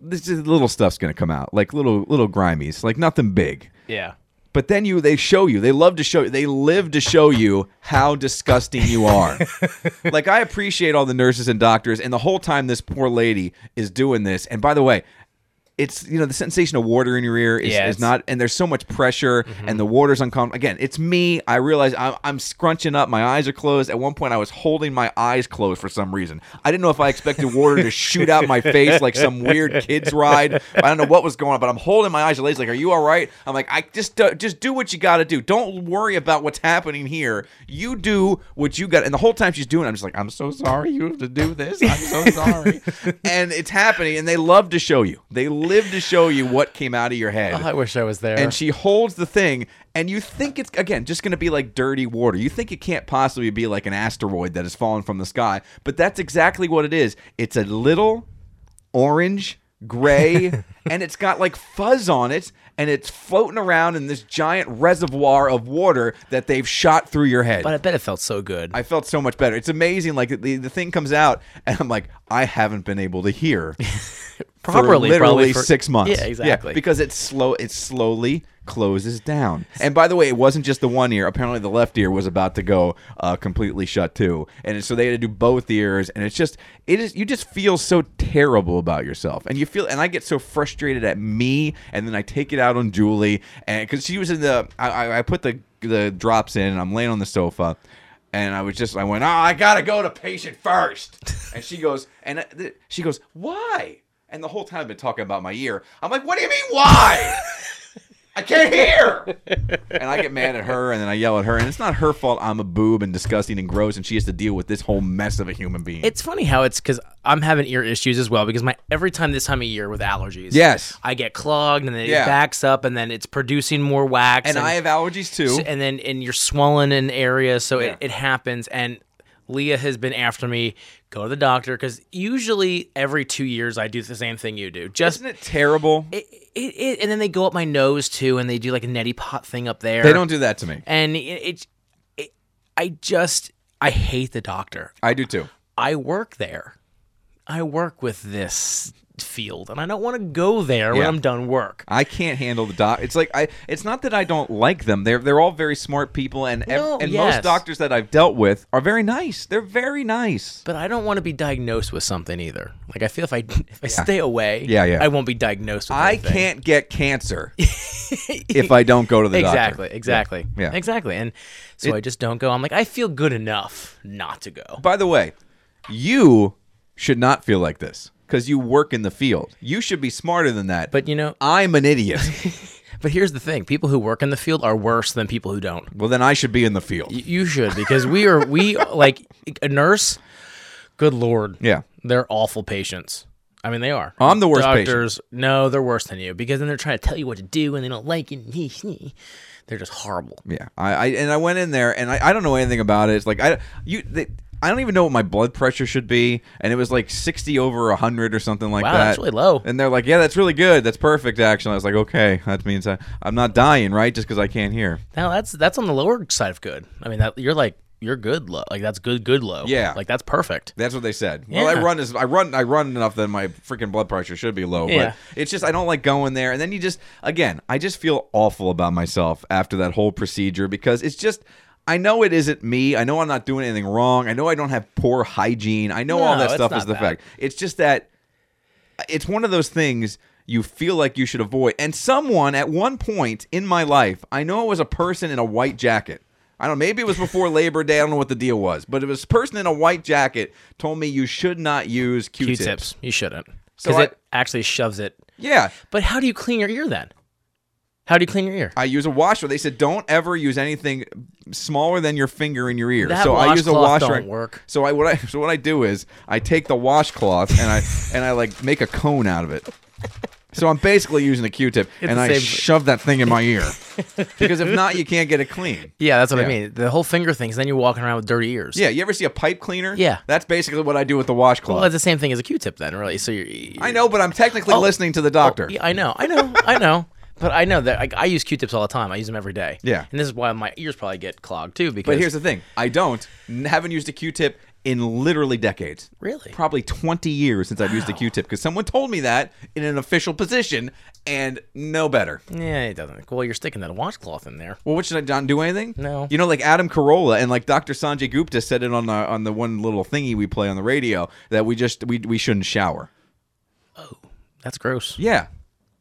Speaker 1: this is little stuff's going to come out, like little little grimies, like nothing big.
Speaker 2: Yeah.
Speaker 1: But then you they show you. They love to show you. They live to show you how disgusting you
Speaker 2: [LAUGHS]
Speaker 1: are. like I appreciate all the nurses and doctors and the whole time this poor lady is doing this. And by the way, it's you know the sensation of water in your ear is,
Speaker 2: Yeah,
Speaker 1: is
Speaker 2: it's-
Speaker 1: not and there's so much pressure and the water's uncomfortable again it's me i realize I'm, I'm scrunching up my eyes are closed at one point i was holding my eyes closed for some reason i didn't know if i expected water to shoot out my face like some weird kids ride i don't know what was going on but i'm holding my eyes Lady's like are you all right i'm like i just do- just do what you gotta do don't worry about what's happening here you do what you got and the whole time she's doing it, i'm just like i'm so sorry you have to do this i'm so sorry and it's happening and they love to show you they live to show you what came out of your head
Speaker 2: Oh, I wish I was there.
Speaker 1: and she holds the thing And you think it's again just going to be like dirty water. You think it can't possibly be like an asteroid that has fallen from the sky, but that's exactly what it is. It's a little orange, gray, and it's got like fuzz on it, and it's floating around in this giant reservoir of water that they've shot through your head.
Speaker 2: But I bet it felt so good.
Speaker 1: I felt so much better. It's amazing. Like the, the thing comes out, and I'm like, I haven't been able to hear for
Speaker 2: Properly, probably
Speaker 1: literally
Speaker 2: for-
Speaker 1: six months.
Speaker 2: Yeah, exactly.
Speaker 1: because it's slow. It slowly closes down. And by the way, it wasn't just the one ear. Apparently, the left ear was about to go uh, completely shut too, and so they had to do both ears. And it's just, it is. You just feel so terrible about yourself, and you feel. And I get so frustrated at me, and then I take it out on Julie, and because she was in the, I, I, I put the the drops in, and I'm laying on the sofa. And I was just, I went, oh, I gotta go to patient first. And she goes, and uh, th- she goes, why? And the whole time I've been talking about my ear. I'm like, what do you mean, why? I can't hear. and I get mad at her, and then I yell at her, and it's not her fault. I'm a boob and disgusting and gross, and she has to deal with this whole mess of a human being.
Speaker 2: It's funny how it's because I'm having ear issues as well because my every time this time of year with allergies,
Speaker 1: Yes.
Speaker 2: I get clogged and then
Speaker 1: Yeah.
Speaker 2: it backs up and then it's producing more wax
Speaker 1: and I have allergies too.
Speaker 2: and then and you're swollen in areas, so
Speaker 1: Yeah.
Speaker 2: it, it happens. And Leah has been after me. Go to the doctor because usually every two years I do the same thing you do. Just
Speaker 1: Isn't it terrible?
Speaker 2: it, it, it, and then they go up my nose too, and they do like a neti pot thing up there.
Speaker 1: they don't do that to me.
Speaker 2: and it, it, it I just I hate the doctor.
Speaker 1: I do too.
Speaker 2: I work there. I work with this field, and I don't want to go there when
Speaker 1: Yeah.
Speaker 2: I'm done work.
Speaker 1: I can't handle the doc. It's like I. It's not that I don't like them. They're they're all very smart people, and ev-
Speaker 2: No,
Speaker 1: and most
Speaker 2: yes.
Speaker 1: doctors that I've dealt with are very nice. They're very nice.
Speaker 2: But I don't want to be diagnosed with something either. Like I feel if I if I stay away,
Speaker 1: Yeah, yeah.
Speaker 2: I won't be diagnosed with
Speaker 1: I
Speaker 2: anything.
Speaker 1: can't get
Speaker 2: [LAUGHS]
Speaker 1: cancer if I don't go to the doctor.
Speaker 2: Exactly, exactly,
Speaker 1: Yeah.
Speaker 2: exactly. And so I just don't go. I'm like, I feel good enough not to go.
Speaker 1: By the way, you should not feel like this because you work in the field. You should be smarter than that.
Speaker 2: But you know,
Speaker 1: I'm an
Speaker 2: [LAUGHS]
Speaker 1: idiot.
Speaker 2: but here's the thing: people who work in the field are worse than people who don't.
Speaker 1: well, then I should be in the field.
Speaker 2: Y- You should because we are we [LAUGHS] like a nurse. Good lord.
Speaker 1: Yeah.
Speaker 2: They're awful patients. I mean, they are.
Speaker 1: I'm the worst patient.
Speaker 2: Doctors, no, they're worse than you because then they're trying to tell you what to do and they don't like it. [LAUGHS] They're just horrible.
Speaker 1: Yeah, I, I and I went in there and I, I don't know anything about it. It's like I you they, I don't even know what my blood pressure should be, and it was like sixty over hundred or something like
Speaker 2: Wow,
Speaker 1: that.
Speaker 2: that's really low.
Speaker 1: And they're like, "Yeah, that's really good. That's perfect." Actually, I was like, "Okay, that means I, I'm not dying, right? Just because I can't hear."
Speaker 2: Now that's that's on the lower side of good. I mean, that you're like you're good low. Like that's good, good low.
Speaker 1: Yeah.
Speaker 2: like that's perfect.
Speaker 1: That's what they said. Well, I
Speaker 2: Yeah.
Speaker 1: run as I run I run enough that my freaking blood pressure should be low,
Speaker 2: Yeah.
Speaker 1: but it's just I don't like going there. And then you just again, I just feel awful about myself after that whole procedure because it's just I know it isn't me. I know I'm not doing anything wrong. I know I don't have poor hygiene. I know all
Speaker 2: No,
Speaker 1: that
Speaker 2: it's
Speaker 1: stuff is
Speaker 2: not
Speaker 1: the
Speaker 2: that.
Speaker 1: fact. It's just that it's one of those things you feel like you should avoid. And someone at one point in my life, I know it was a person in a white jacket. I don't know, maybe it was before Labor Day. I don't know what the deal was, but it was a person in a white jacket told me you should not use Q-tips.
Speaker 2: Q-tips, you shouldn't
Speaker 1: So
Speaker 2: because
Speaker 1: I-
Speaker 2: it actually shoves it.
Speaker 1: Yeah,
Speaker 2: But how do you clean your ear then? How do you clean your ear?
Speaker 1: I use a washer. They said don't ever use anything smaller than your finger in your ear.
Speaker 2: That
Speaker 1: so I use a
Speaker 2: washcloth
Speaker 1: washer.
Speaker 2: don't work.
Speaker 1: So I what I [LAUGHS] so what I do is I take the washcloth and I and I like make a cone out of it. So I'm basically using a Q-tip and
Speaker 2: the
Speaker 1: I
Speaker 2: same-
Speaker 1: shove that thing in my
Speaker 2: [LAUGHS]
Speaker 1: ear because if not, you can't get it clean.
Speaker 2: Yeah, that's what
Speaker 1: Yeah.
Speaker 2: I mean. The whole finger thing. 'cause Then you're walking around with dirty ears.
Speaker 1: Yeah, you ever see a pipe cleaner?
Speaker 2: Yeah.
Speaker 1: that's basically what I do with the
Speaker 2: well,
Speaker 1: washcloth.
Speaker 2: that's the same thing as a Q-tip then, really. So you're. you
Speaker 1: I know, but I'm technically listening to the doctor.
Speaker 2: Oh, Yeah, I know, I know, I know. [LAUGHS] But I know that I, I use Q-tips all the time. I use them every day.
Speaker 1: Yeah.
Speaker 2: and this is why my ears probably get clogged too. Because
Speaker 1: But here's the thing: I don't n- haven't used a Q-tip in literally decades.
Speaker 2: Really?
Speaker 1: Probably 20 years since I've used a Q-tip because someone told me that in an official position, and no better.
Speaker 2: yeah, it doesn't. Well, you're sticking that washcloth in there.
Speaker 1: Well, what should I John do anything?
Speaker 2: No.
Speaker 1: You know, like Adam Carolla and like Dr. Sanjay Gupta said it on the on the one little thingy we play on the radio that we just we we shouldn't shower.
Speaker 2: That's gross.
Speaker 1: Yeah.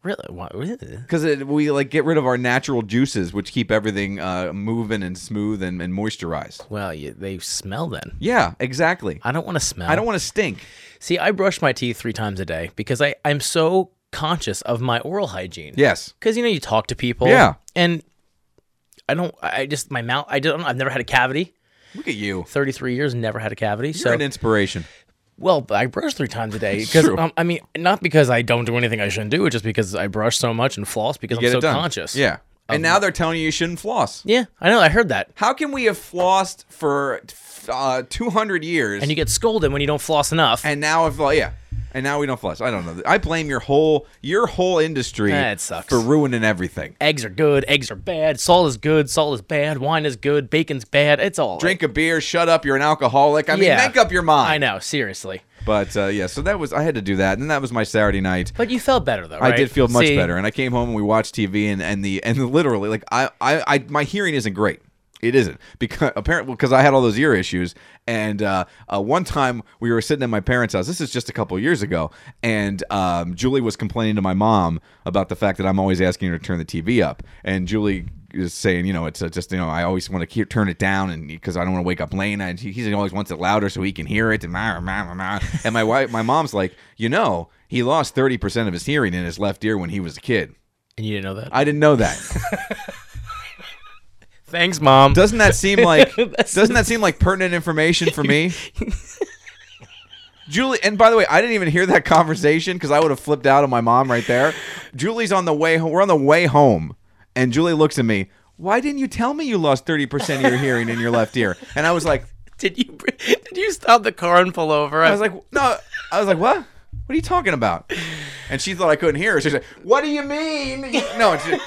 Speaker 2: Really? Why? ugh.
Speaker 1: Because we like get rid of our natural juices, which keep everything uh, moving and smooth and, and moisturized.
Speaker 2: Well, you, they smell then.
Speaker 1: Yeah, exactly.
Speaker 2: I don't want to smell.
Speaker 1: I don't want to stink.
Speaker 2: See, I brush my teeth three times a day because I I'm so conscious of my oral hygiene.
Speaker 1: Yes.
Speaker 2: Because you know you talk to people.
Speaker 1: Yeah.
Speaker 2: And I don't. I just my mouth. I don't. I've never had a cavity.
Speaker 1: Look at you.
Speaker 2: Thirty three years, never had a cavity.
Speaker 1: You're
Speaker 2: so
Speaker 1: an inspiration.
Speaker 2: Well, but I brush three times a day because
Speaker 1: true.
Speaker 2: um, I mean, not because I don't do anything I shouldn't do, it's just because I brush so much and floss because
Speaker 1: Get
Speaker 2: I'm so
Speaker 1: it done.
Speaker 2: conscious.
Speaker 1: Yeah. And now they're telling you you shouldn't floss.
Speaker 2: Yeah, I know. I heard that.
Speaker 1: How can we have flossed for uh, 200 years
Speaker 2: And you get scolded when you don't floss enough.
Speaker 1: and now if like, yeah, and now we don't flush. I don't know. I blame your whole your whole industry
Speaker 2: Eh, it sucks.
Speaker 1: for ruining everything.
Speaker 2: eggs are good. Eggs are bad. Salt is good. Salt is bad. Wine is good. Bacon's bad. It's all
Speaker 1: Drink a beer, shut up. You're an alcoholic. I mean,
Speaker 2: Yeah.
Speaker 1: make up your mind.
Speaker 2: I know. Seriously.
Speaker 1: But uh, yeah, so that was I had to do that, and that was my Saturday night.
Speaker 2: But you felt better though.
Speaker 1: I
Speaker 2: right?
Speaker 1: did feel much
Speaker 2: See,
Speaker 1: better, and I came home and we watched TV, and and the and literally like I I, I my hearing isn't great. It isn't because apparently because I had all those ear issues, and uh, uh, one time we were sitting at my parents' house. This is just a couple years ago, and um, Julie was complaining to my mom about the fact that I'm always asking her to turn the TV up, and Julie is saying, you know, it's uh, just you know I always want to keep, turn it down, and because I don't want to wake up Lena, and he, he always wants it louder so he can hear it, and rah, rah, rah, rah. and my wife, my mom's like, you know, he lost 30% of his hearing in his left ear when he was a kid.
Speaker 2: And you didn't know that.
Speaker 1: I didn't know that.
Speaker 2: Thanks, mom.
Speaker 1: Doesn't that seem like doesn't that seem like pertinent information for me? Julie, and by the way, I didn't even hear that conversation because I would have flipped out on my mom right there. Julie's on the way home. We're on the way home, and Julie looks at me. Why didn't you tell me you lost thirty percent of your hearing in your left ear? And I was like,
Speaker 2: [LAUGHS] did you did you stop the car and pull over?
Speaker 1: I was like, no. I was like, what? What are you talking about? And she thought I couldn't hear her. She's like, what do you mean? No, she,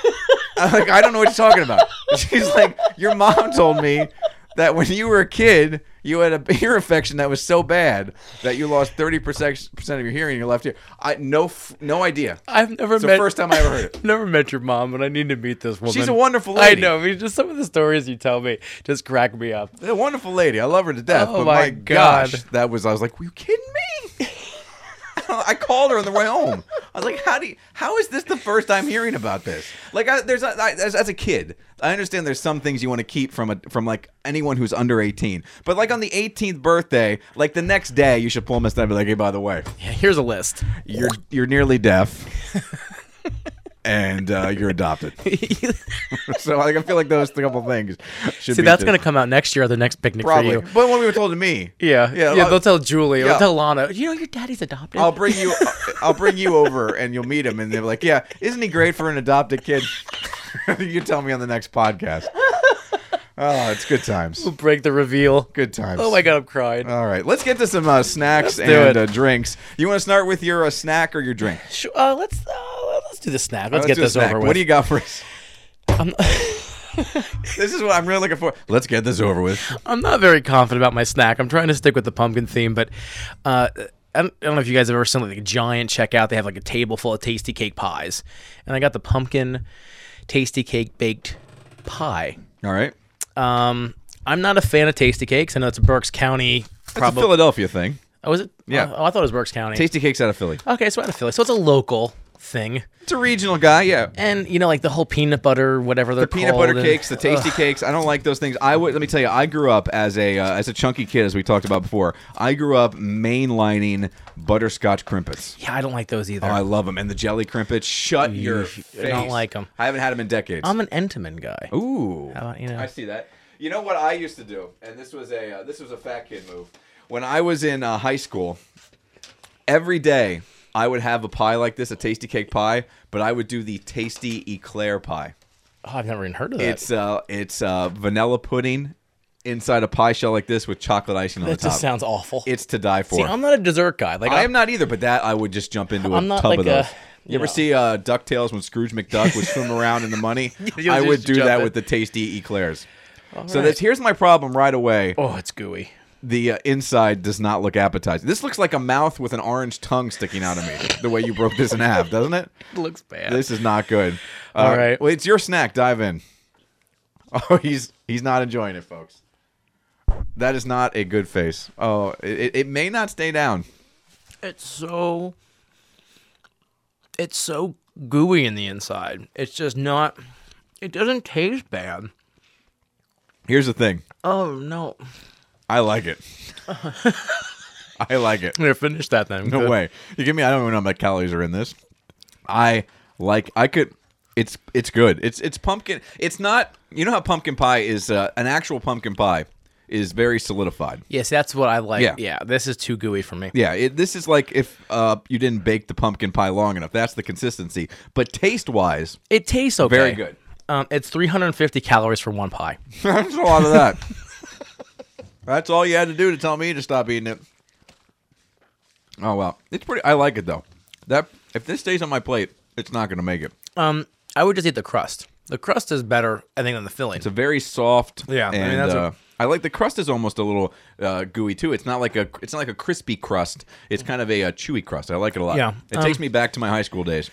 Speaker 1: I'm like, I don't know what you're talking about. [LAUGHS] She's like, your mom told me that when you were a kid, you had a [LAUGHS] ear infection that was so bad that you lost 30% of your hearing in your left ear. I no f- no idea.
Speaker 2: I've never
Speaker 1: It's the
Speaker 2: met
Speaker 1: first time I ever heard it.
Speaker 2: I've [LAUGHS] never met your mom, but I need to meet this woman.
Speaker 1: She's a wonderful lady.
Speaker 2: I know. I mean, just some of the stories you tell me just crack me up.
Speaker 1: A wonderful lady. I love her to death.
Speaker 2: Oh
Speaker 1: but
Speaker 2: my
Speaker 1: my gosh,
Speaker 2: God.
Speaker 1: that was I was like, were you kidding me? [LAUGHS] I called her on the way home. I was like, how do you, how is this the first I'm hearing about this? Like, I, there's a, I, as, as a kid, I understand there's some things you want to keep from a from like anyone who's under 18. But like on the 18th birthday, like the next day, you should pull them aside and be like, hey, by the way,
Speaker 2: Yeah, here's a list.
Speaker 1: you're you're nearly
Speaker 2: [LAUGHS]
Speaker 1: deaf. And uh, you're adopted, [LAUGHS] so like, I feel like those couple things should
Speaker 2: See,
Speaker 1: be
Speaker 2: that's
Speaker 1: just-
Speaker 2: going to come out next year at the next picnic
Speaker 1: probably.
Speaker 2: for you.
Speaker 1: But when we were told to me,
Speaker 2: Yeah,
Speaker 1: Yeah,
Speaker 2: yeah.
Speaker 1: I'll-
Speaker 2: they'll tell Julie.
Speaker 1: Yeah.
Speaker 2: They'll tell Lana. You know, your daddy's adopted.
Speaker 1: I'll bring you. I'll bring you over, and you'll meet him. And they're like, "Yeah, isn't he great for an adopted kid?" [LAUGHS] you tell me on the next podcast. Oh, it's good times.
Speaker 2: break the reveal.
Speaker 1: Good times.
Speaker 2: Oh my god, I'm crying.
Speaker 1: All right, let's get to some uh, snacks
Speaker 2: Let's do
Speaker 1: and
Speaker 2: it.
Speaker 1: uh, drinks. You want to start with your uh, snack or your drink?
Speaker 2: Sh- uh, let's uh, let's do the snack.
Speaker 1: Let's
Speaker 2: Let's, get
Speaker 1: do a
Speaker 2: this
Speaker 1: snack.
Speaker 2: over with. Um,
Speaker 1: What do you got for us? [LAUGHS]
Speaker 2: I'm, [LAUGHS]
Speaker 1: This is what I'm really looking for. Let's get this over with.
Speaker 2: I'm not very confident about my snack. I'm trying to stick with the pumpkin theme, but uh, I, don't, I don't know if you guys have ever seen like a giant checkout. They have like a table full of tasty cake pies, and I got the pumpkin tasty cake baked pie.
Speaker 1: All right,
Speaker 2: Um, I'm not a fan of tasty cakes. I know it's a Berks County.
Speaker 1: that's a
Speaker 2: Probably
Speaker 1: Philadelphia thing.
Speaker 2: oh, was it?
Speaker 1: Yeah.
Speaker 2: Oh, I thought it was Berks County.
Speaker 1: Tasty cakes out of Philly.
Speaker 2: okay, so out of Philly, so it's a local thing.
Speaker 1: It's a regional guy. Yeah,
Speaker 2: And you know, like the whole peanut butter, whatever they're
Speaker 1: peanut
Speaker 2: called,
Speaker 1: butter
Speaker 2: and-
Speaker 1: cakes, the tasty cakes. I don't like those things. I would let me tell you. I grew up as a uh, as a chunky kid, as we talked about before. I grew up mainlining butterscotch crimpets.
Speaker 2: Yeah, I don't like those either.
Speaker 1: Oh, I love them, and the jelly crimpets. Shut your face.
Speaker 2: I don't like 'em.
Speaker 1: I haven't had them in decades.
Speaker 2: I'm an Entenmann guy.
Speaker 1: Ooh,
Speaker 2: about you know?
Speaker 1: I see that. You know what I used to do, and this was a uh, this was a fat kid move. When I was in uh, high school, every day I would have a pie like this, a tasty cake pie, but I would do the tasty eclair pie.
Speaker 2: Oh, I've never even heard of that.
Speaker 1: It's uh, it's uh, vanilla pudding inside a pie shell like this with chocolate icing on
Speaker 2: that
Speaker 1: the top.
Speaker 2: just sounds awful.
Speaker 1: it's to die for.
Speaker 2: See,
Speaker 1: I'm,
Speaker 2: I'm not a dessert guy. Like I'm,
Speaker 1: not either, but that I would just jump into a
Speaker 2: I'm not
Speaker 1: tub
Speaker 2: like
Speaker 1: of those.
Speaker 2: a-
Speaker 1: you
Speaker 2: you
Speaker 1: ever
Speaker 2: know.
Speaker 1: see uh, Ducktales when Scrooge McDuck would
Speaker 2: [LAUGHS]
Speaker 1: swim around in the money?
Speaker 2: You'll
Speaker 1: I would
Speaker 2: just
Speaker 1: do
Speaker 2: jump
Speaker 1: that
Speaker 2: in.
Speaker 1: with the tasty eclairs. so
Speaker 2: right.
Speaker 1: this, here's my problem right away.
Speaker 2: oh, it's gooey.
Speaker 1: The uh, inside does not look appetizing. This looks like a mouth with an orange tongue sticking out of me. the way you broke this in half, doesn't it?
Speaker 2: It looks bad.
Speaker 1: This is not good.
Speaker 2: [LAUGHS] All
Speaker 1: Uh,
Speaker 2: right.
Speaker 1: Well, it's your snack. Dive in. [LAUGHS] Oh, he's he's not enjoying it, folks. That is not a good face. Oh, it, it- it may not stay down.
Speaker 2: it's so it's so gooey in the inside. It's just not it doesn't taste bad.
Speaker 1: Here's the thing.
Speaker 2: Oh no.
Speaker 1: I like it. [LAUGHS] I like it.
Speaker 2: [LAUGHS] Here, finish that then. [LAUGHS]
Speaker 1: No way. You give me. I don't even know how many calories are in this. I like. I could. It's it's good. It's it's pumpkin. It's not. You know how pumpkin pie is uh, an actual pumpkin pie is very solidified.
Speaker 2: Yes, that's what I like.
Speaker 1: Yeah.
Speaker 2: Yeah, this is too gooey for me.
Speaker 1: Yeah, it, this is like if uh, you didn't bake the pumpkin pie long enough. That's the consistency. But taste wise,
Speaker 2: It tastes okay.
Speaker 1: very good.
Speaker 2: Um, it's 350 calories for one pie.
Speaker 1: [LAUGHS] That's a lot of that. That's all you had to do to tell me to stop eating it. Oh well, it's pretty. I like it though. That if this stays on my plate, it's not going to make it.
Speaker 2: Um, I would just eat the crust. The crust is better, I think, than the filling.
Speaker 1: It's a very soft.
Speaker 2: Yeah, I
Speaker 1: and
Speaker 2: mean, that's a-
Speaker 1: uh, I like the crust is almost a little uh, gooey too. It's not like a it's not like a crispy crust. It's kind of a, uh chewy crust. I like it a lot.
Speaker 2: Yeah,
Speaker 1: it
Speaker 2: um,
Speaker 1: takes me back to my high school days.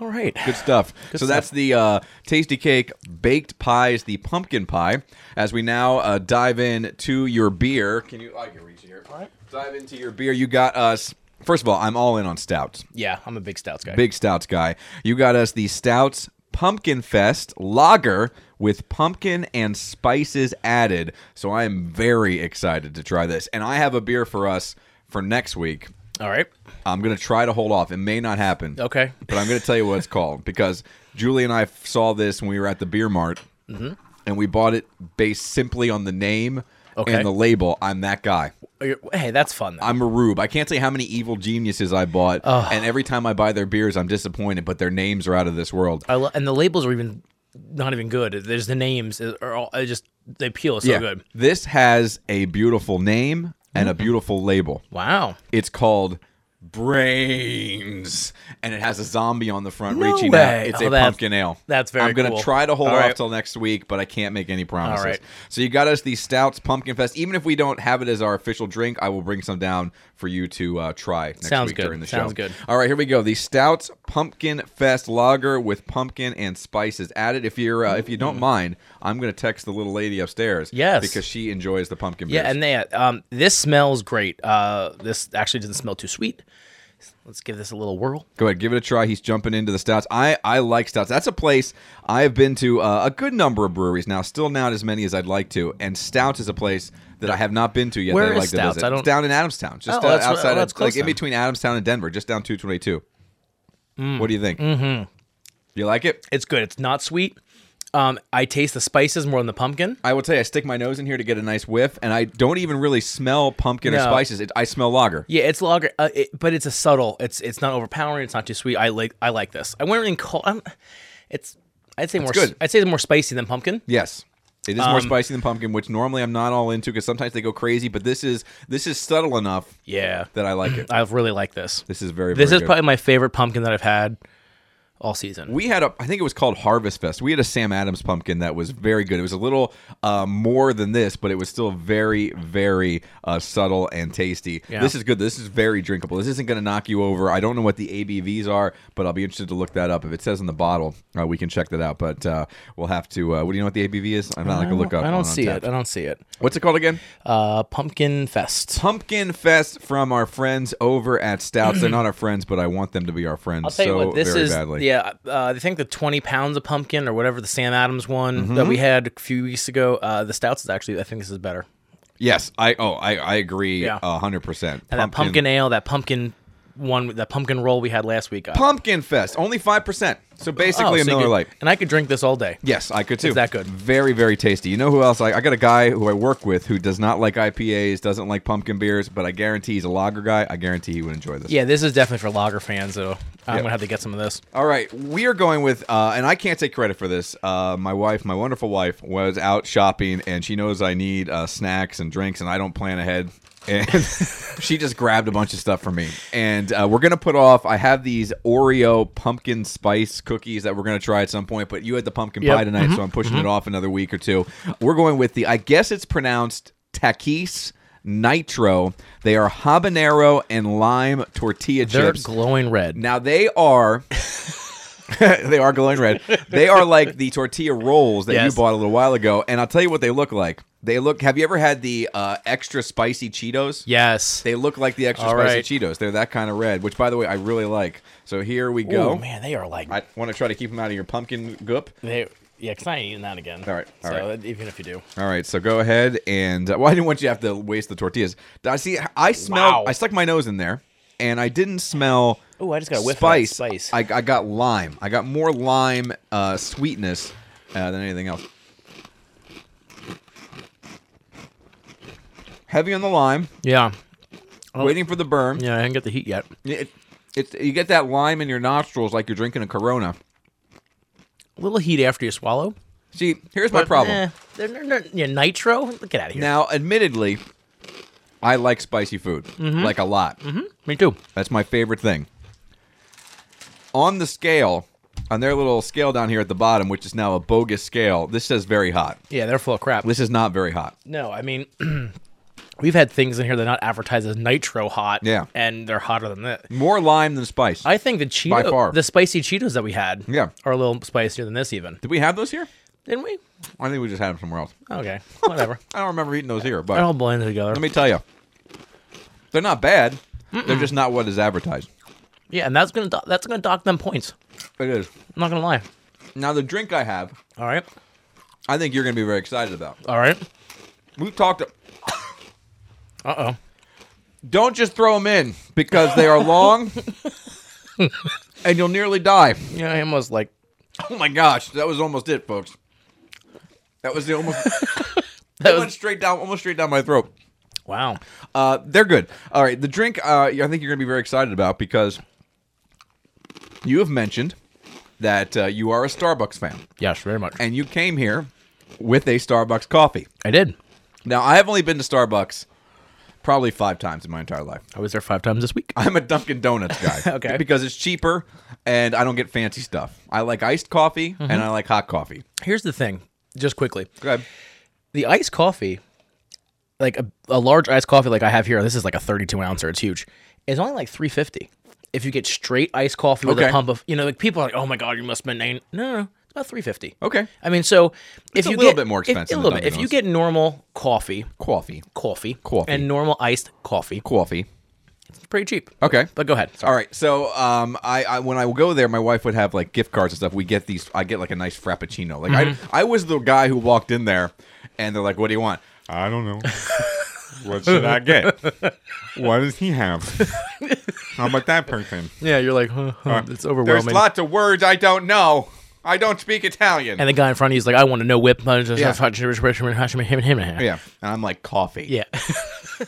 Speaker 2: All right.
Speaker 1: Good stuff. so that's the uh, tasty cake baked pies, the pumpkin pie. As we now uh, dive in to your beer, can you? I can reach here. Dive into your beer. You got us. First of all, I'm all in on stouts.
Speaker 2: Yeah, I'm a big stouts guy.
Speaker 1: Big stouts guy. You got us the stouts pumpkin fest lager with pumpkin and spices added. So I am very excited to try this, and I have a beer for us for next week.
Speaker 2: All right.
Speaker 1: I'm gonna try to hold off. It may not happen.
Speaker 2: Okay.
Speaker 1: But I'm gonna tell you what it's
Speaker 2: [LAUGHS]
Speaker 1: called because Julie and I f- saw this when we were at the beer mart,
Speaker 2: Mm-hmm.
Speaker 1: and we bought it based simply on the name
Speaker 2: Okay.
Speaker 1: and the label. I'm that guy.
Speaker 2: Hey, that's fun. Though.
Speaker 1: I'm a rube. I can't say how many evil geniuses I bought, and every time I buy their beers, I'm disappointed. But their names are out of this world.
Speaker 2: I lo- and the labels are even not even good. There's the names uh, are all I just they peel so good. Mm-hmm.
Speaker 1: This has a beautiful name and a beautiful label.
Speaker 2: Wow.
Speaker 1: It's called Brains, and it has a zombie on the front
Speaker 2: No
Speaker 1: reaching out.
Speaker 2: way.
Speaker 1: It's
Speaker 2: Oh,
Speaker 1: a
Speaker 2: that's-
Speaker 1: pumpkin ale.
Speaker 2: that's very
Speaker 1: I'm gonna
Speaker 2: cool.
Speaker 1: try to hold
Speaker 2: All
Speaker 1: off
Speaker 2: right.
Speaker 1: till next week, but I can't make any promises.
Speaker 2: right.
Speaker 1: So you got us the stouts, pumpkin fest. Even if we don't have it as our official drink, I will bring some down for you to uh, try next
Speaker 2: Sounds
Speaker 1: week
Speaker 2: good.
Speaker 1: during the show.
Speaker 2: Sounds good.
Speaker 1: All right, here we go. The stouts, pumpkin fest lager with pumpkin and spices added. If you're uh, if you don't mind, I'm gonna text the little lady upstairs.
Speaker 2: Mm. Yes.
Speaker 1: because she enjoys the pumpkin.
Speaker 2: Yeah,
Speaker 1: beers.
Speaker 2: and they um this smells great. Uh this actually doesn't smell too sweet. Let's give this a little whirl.
Speaker 1: Go ahead, give it a try. He's jumping into the stouts. I, I like stouts. That's a place I have been to uh, a good number of breweries now. Still not as many as I'd like to. And stouts is a place that I have not been to yet.
Speaker 2: Where
Speaker 1: that I
Speaker 2: is
Speaker 1: like to
Speaker 2: Stouts?
Speaker 1: visit.
Speaker 2: I don't-
Speaker 1: It's down in Adamstown, just
Speaker 2: Oh,
Speaker 1: uh,
Speaker 2: that's-
Speaker 1: outside,
Speaker 2: oh, that's
Speaker 1: of, like
Speaker 2: close
Speaker 1: in
Speaker 2: then.
Speaker 1: between Adamstown and Denver, just down 222.
Speaker 2: Mm.
Speaker 1: What do you think? Mm-hmm. You like it?
Speaker 2: It's good. It's not sweet. Um I taste the spices more than the pumpkin.
Speaker 1: I will tell you, I stick my nose in here to get a nice whiff, and I don't even really smell pumpkin or
Speaker 2: No.
Speaker 1: spices. It, I smell lager.
Speaker 2: Yeah, it's lager, uh, it, but it's a subtle. It's it's not overpowering. It's not too sweet. I like I like this. I wouldn't even call. I'm, it's I'd say more.
Speaker 1: good.
Speaker 2: s- I'd say it's more spicy than pumpkin.
Speaker 1: Yes. It is
Speaker 2: Um,
Speaker 1: more spicy than pumpkin, which normally I'm not all into because sometimes they go crazy. But this is this is subtle enough
Speaker 2: Yeah,
Speaker 1: that I like it.
Speaker 2: I really like this.
Speaker 1: This is very.
Speaker 2: This
Speaker 1: very
Speaker 2: is
Speaker 1: good.
Speaker 2: probably my favorite pumpkin that I've had all season.
Speaker 1: We had a, I think it was called Harvest Fest. We had a Sam Adams pumpkin that was very good. It was a little uh, more than this, but it was still very, very uh, subtle and tasty.
Speaker 2: Yeah.
Speaker 1: This is good. This is very drinkable. This isn't going to knock you over. I don't know what the ABVs are, but I'll be interested to look that up. If it says on the bottle, uh, we can check that out. But uh, we'll have to. Uh, what do you know what the ABV is? I'm not like a look up.
Speaker 2: I don't
Speaker 1: on
Speaker 2: see
Speaker 1: Untappd.
Speaker 2: it. I don't see it.
Speaker 1: What's it called again?
Speaker 2: Uh, pumpkin fest.
Speaker 1: Pumpkin Fest from our friends over at Stouts. They're not our friends, but I want them to be our friends so
Speaker 2: Tell you what, this
Speaker 1: very
Speaker 2: is
Speaker 1: badly.
Speaker 2: yeah. Uh, I think the twenty pounds of pumpkin or whatever the Sam Adams one
Speaker 1: Mm-hmm.
Speaker 2: that we had a few weeks ago. Uh, the stouts is actually. I think this is better.
Speaker 1: Yes, I oh I, I agree
Speaker 2: Yeah.
Speaker 1: a hundred percent.
Speaker 2: And that pumpkin ale, that pumpkin one, that pumpkin roll we had last week. uh,
Speaker 1: Pumpkin Fest, only five percent. So basically
Speaker 2: Oh,
Speaker 1: a
Speaker 2: so you
Speaker 1: Miller
Speaker 2: could-
Speaker 1: Lite.
Speaker 2: And I could drink this all day.
Speaker 1: Yes, I could too.
Speaker 2: that good?
Speaker 1: Very, very tasty. You know who else? I, I got a guy who I work with who does not like IPAs, doesn't like pumpkin beers, but I guarantee he's a lager guy. I guarantee he would enjoy this.
Speaker 2: Yeah, this is definitely for lager fans, though. I'm gonna have to get some of this.
Speaker 1: All right, we are going with, uh, and I can't take credit for this. Uh, my wife, my wonderful wife, was out shopping, and she knows I need uh, snacks and drinks, and I don't plan ahead. And [LAUGHS] she just grabbed a bunch of stuff for me, and uh, we're gonna put off. I have these Oreo pumpkin spice cookies that we're gonna try at some point, but you had the pumpkin
Speaker 2: Yep. Mm-hmm.
Speaker 1: pie tonight, so I'm pushing it off another week or two. We're going with the, I guess it's pronounced Takis Nitro. They are habanero and lime tortilla
Speaker 2: They're
Speaker 1: chips.
Speaker 2: glowing red.
Speaker 1: Now they are. [LAUGHS] they are glowing red. They are like the tortilla rolls that
Speaker 2: Yes.
Speaker 1: you bought a little while ago, and I'll tell you what they look like. They look. Have you ever had the uh, extra spicy Cheetos?
Speaker 2: yes.
Speaker 1: They look like the extra
Speaker 2: All
Speaker 1: spicy
Speaker 2: right.
Speaker 1: Cheetos. They're that kind of red, which, by the way, I really like. So here we go.
Speaker 2: Oh man, they are like.
Speaker 1: I want to try to keep them out of your pumpkin goop.
Speaker 2: they, yeah, because I ain't eating that again.
Speaker 1: All right, all
Speaker 2: so
Speaker 1: right.
Speaker 2: even if you do,
Speaker 1: All right, so go ahead and uh, well, I didn't want you to have to waste the tortillas. I see. I smelled.
Speaker 2: Wow.
Speaker 1: I stuck my nose in there, and I didn't smell.
Speaker 2: Ooh, I just got a whiff of that
Speaker 1: spice.
Speaker 2: spice.
Speaker 1: I, I got lime. I got more lime uh, sweetness uh, than anything else. Heavy on the lime.
Speaker 2: yeah,
Speaker 1: Waiting for the burn.
Speaker 2: Oh. yeah, I didn't get the heat yet.
Speaker 1: It, it's you get that lime in your nostrils like you're drinking a Corona.
Speaker 2: a little heat after you swallow.
Speaker 1: See, here's my
Speaker 2: but,
Speaker 1: problem.
Speaker 2: eh, they're- they're- they're- yeah, nitro. Get out of here.
Speaker 1: Now, admittedly, I like spicy food,
Speaker 2: Mm-hmm.
Speaker 1: like a lot.
Speaker 2: Me too.
Speaker 1: That's my favorite thing. On the scale, on their little scale down here at the bottom, which is now a bogus scale, this says very hot.
Speaker 2: Yeah, they're full of crap.
Speaker 1: This is not very hot.
Speaker 2: No, I mean, [CLEARS THROAT] we've had things in here that are not advertised as nitro hot.
Speaker 1: Yeah.
Speaker 2: and they're hotter than that.
Speaker 1: More lime than spice.
Speaker 2: I think the Cheeto,
Speaker 1: far.
Speaker 2: the spicy Cheetos that we had,
Speaker 1: Yeah.
Speaker 2: are a little spicier than this even.
Speaker 1: Did we have those here?
Speaker 2: Didn't we?
Speaker 1: I think we just had them somewhere else. [LAUGHS]
Speaker 2: Okay, whatever.
Speaker 1: I don't remember eating those here,
Speaker 2: They're
Speaker 1: but
Speaker 2: all blended together.
Speaker 1: let me tell you, they're not bad. They're just not what is advertised.
Speaker 2: yeah, and that's gonna do- that's gonna dock them points.
Speaker 1: It is.
Speaker 2: I'm not gonna lie.
Speaker 1: Now, the drink I have,
Speaker 2: All right,
Speaker 1: I think you're going to be very excited about.
Speaker 2: all right.
Speaker 1: We've talked.
Speaker 2: Uh oh.
Speaker 1: Don't just throw them in because they are long and you'll nearly die.
Speaker 2: Yeah, I almost like
Speaker 1: Oh my gosh, that was almost it, folks. That was the
Speaker 2: [LAUGHS]
Speaker 1: almost. that
Speaker 2: That
Speaker 1: went
Speaker 2: was,
Speaker 1: straight down, almost straight down my throat.
Speaker 2: wow.
Speaker 1: Uh, they're good. All right, the drink. Uh, I think you're gonna be very excited about because you have mentioned that uh, you are a Starbucks fan
Speaker 2: Yes, very much.
Speaker 1: and you came here with a Starbucks coffee.
Speaker 2: I did.
Speaker 1: Now, I have only been to Starbucks probably five times in my entire life. [LAUGHS]
Speaker 2: I was there five times this week.
Speaker 1: I'm a Dunkin' Donuts guy.
Speaker 2: [LAUGHS] Okay.
Speaker 1: Because it's cheaper and I don't get fancy stuff. I like iced coffee
Speaker 2: Mm-hmm.
Speaker 1: and I like hot coffee.
Speaker 2: Here's the thing, just quickly.
Speaker 1: Go ahead.
Speaker 2: the iced coffee, like a, a large iced coffee like I have here, this is like a 32 ouncer. It's huge. It's only like 350. If you get straight iced coffee with
Speaker 1: Okay.
Speaker 2: a pump of, you know, like people are like, oh my god, you must spend nine. No, no, no. it's about 350.
Speaker 1: Okay.
Speaker 2: I mean, so if
Speaker 1: a
Speaker 2: you
Speaker 1: little
Speaker 2: get,
Speaker 1: bit more
Speaker 2: if-
Speaker 1: expensive
Speaker 2: a
Speaker 1: than
Speaker 2: little bit.
Speaker 1: Dunkin'
Speaker 2: If you get normal coffee,
Speaker 1: Coffee.
Speaker 2: coffee,
Speaker 1: Coffee.
Speaker 2: and normal iced coffee,
Speaker 1: Coffee.
Speaker 2: it's pretty cheap.
Speaker 1: Okay.
Speaker 2: But go ahead. Sorry.
Speaker 1: All right. So um, I, I when I would go there, my wife would have like gift cards and stuff. We get these. I get like a nice frappuccino. Like
Speaker 2: Mm-hmm.
Speaker 1: I, I was the guy who walked in there, and they're like, "What do you want?" I don't know. what should I get? What does he have? How about that person?
Speaker 2: Yeah, you're like, huh, huh, it's overwhelming.
Speaker 1: of words I don't know. I don't speak Italian.
Speaker 2: and the guy in front of you is like, I want to know whip. [LAUGHS] Yeah.
Speaker 1: yeah, and I'm like coffee.
Speaker 2: [LAUGHS] Yeah.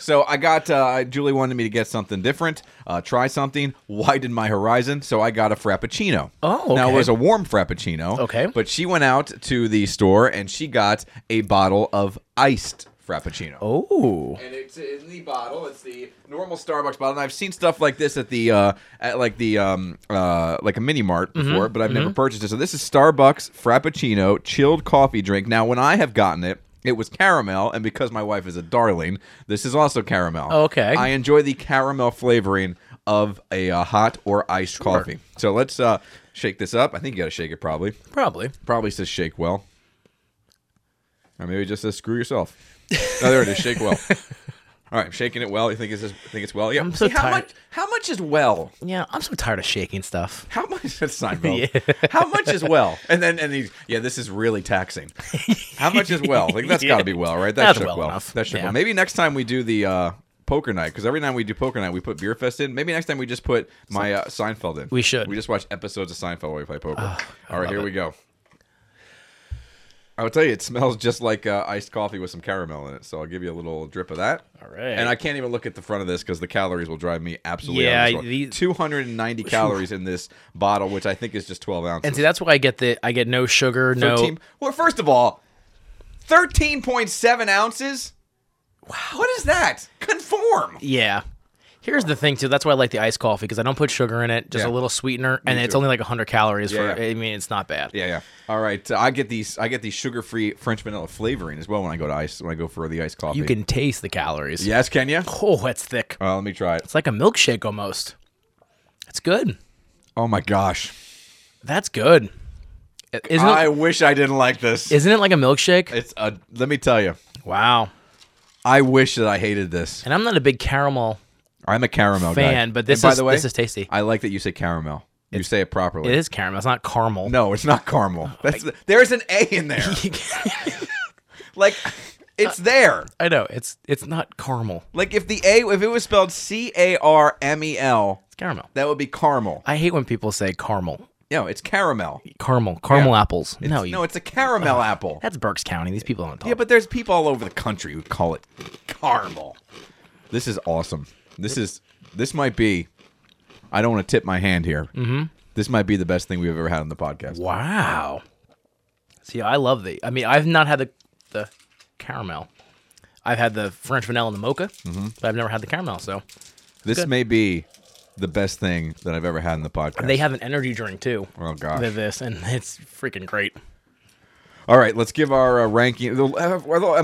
Speaker 1: So I got uh, Julie wanted me to get something different, uh, try something, widen my horizon. So I got a frappuccino.
Speaker 2: Oh,
Speaker 1: now it
Speaker 2: okay.
Speaker 1: was a warm frappuccino.
Speaker 2: Okay.
Speaker 1: but she went out to the store and she got a bottle of iced frappuccino.
Speaker 2: oh.
Speaker 1: And it's in the bottle. It's the normal Starbucks bottle. And I've seen stuff like this at the uh, at like the um, uh, like a mini mart before, but I've never purchased it. So this is Starbucks Frappuccino chilled coffee drink. Now, when I have gotten it. It was caramel, and because my wife is a darling, this is also caramel.
Speaker 2: Okay.
Speaker 1: I enjoy the caramel flavoring of a uh, hot or iced coffee. So let's uh, shake this up. I think you got to shake it probably.
Speaker 2: Probably.
Speaker 1: Probably says shake well. Or maybe it just says screw yourself. No, there it is. Shake well. All right, I'm shaking it well. You think it's think it's well? Yeah. I'm
Speaker 2: so
Speaker 1: how
Speaker 2: tired.
Speaker 1: much how much is well?
Speaker 2: Yeah, I'm so tired of shaking stuff.
Speaker 1: How much [LAUGHS] that's
Speaker 2: [LAUGHS]
Speaker 1: Seinfeld. How much is well? And then and he's yeah, this is really taxing. How much is well? Like
Speaker 2: [LAUGHS]
Speaker 1: that's got to be well, right? That
Speaker 2: That's
Speaker 1: shook
Speaker 2: well enough.
Speaker 1: That shook
Speaker 2: Yeah.
Speaker 1: well. Maybe next time we do the uh, poker night because every time we do poker night we put beer fest in. Maybe next time we just put my uh, Seinfeld in.
Speaker 2: We should.
Speaker 1: We just watch episodes of Seinfeld while we play poker. All right, here we go. I will tell you, it smells just like uh, iced coffee with some caramel in it. So I'll give you a little drip of that.
Speaker 2: All right.
Speaker 1: And I can't even look at the front of this because the calories will drive me absolutely.
Speaker 2: Yeah,
Speaker 1: out of this
Speaker 2: the- [LAUGHS]
Speaker 1: 290 calories in this bottle, which I think is just 12 ounces.
Speaker 2: And see, that's why I get the I get no sugar, no.
Speaker 1: 13 Well, first of all, 13.7 ounces. Wow. What is that? Conform.
Speaker 2: Yeah. Here's the thing too. That's why I like the iced coffee because I don't put sugar in it, just
Speaker 1: Yeah.
Speaker 2: a little sweetener, and it's
Speaker 1: too.
Speaker 2: only like 100 calories
Speaker 1: Yeah,
Speaker 2: for.
Speaker 1: yeah.
Speaker 2: I mean, it's not bad.
Speaker 1: Yeah, yeah. All right. uh, I get these. I get these sugar-free French vanilla flavoring as well when I go to ice. When I go for the iced coffee.
Speaker 2: You can taste the calories.
Speaker 1: Yes, can you?
Speaker 2: Oh, that's thick.
Speaker 1: Uh, let me try it.
Speaker 2: It's like a milkshake almost. It's good.
Speaker 1: Oh my gosh.
Speaker 2: That's good. I- Isn't
Speaker 1: I
Speaker 2: it,
Speaker 1: wish I didn't like this.
Speaker 2: isn't it like a milkshake?
Speaker 1: It's a. Let me tell you,
Speaker 2: Wow.
Speaker 1: I wish that I hated this.
Speaker 2: And I'm not a big caramel.
Speaker 1: I'm a caramel guy.
Speaker 2: Fan, but this
Speaker 1: And by
Speaker 2: is-
Speaker 1: the way,
Speaker 2: this is tasty.
Speaker 1: I like that you say caramel. you say it properly.
Speaker 2: It is caramel. It's not caramel.
Speaker 1: No, it's not caramel. That's the, there's an A in there. like, it's there.
Speaker 2: I know it's it's not caramel.
Speaker 1: Like if the A, if it was spelled C A R M E L,
Speaker 2: It's caramel.
Speaker 1: that would be caramel.
Speaker 2: I hate when people say caramel,
Speaker 1: No, it's caramel.
Speaker 2: caramel, caramel apples. no, you,
Speaker 1: No, it's a caramel apple.
Speaker 2: that's Berks County. These people don't talk.
Speaker 1: Yeah, but there's people all over the country who call it caramel. This is awesome. This is this might be. I don't want to tip my hand here. Mm-hmm. This might be the best thing we've ever had on the podcast.
Speaker 2: Wow. See, I love the. I mean, I've not had the the caramel. I've had the French vanilla and the mocha,
Speaker 1: Mm-hmm.
Speaker 2: but I've never had the caramel. So
Speaker 1: This may be the best thing that I've ever had in the podcast.
Speaker 2: they have an energy drink too.
Speaker 1: Oh, gosh.
Speaker 2: with this and [LAUGHS] it's freaking great. [LAUGHS]
Speaker 1: All right, let's give our uh, ranking. Am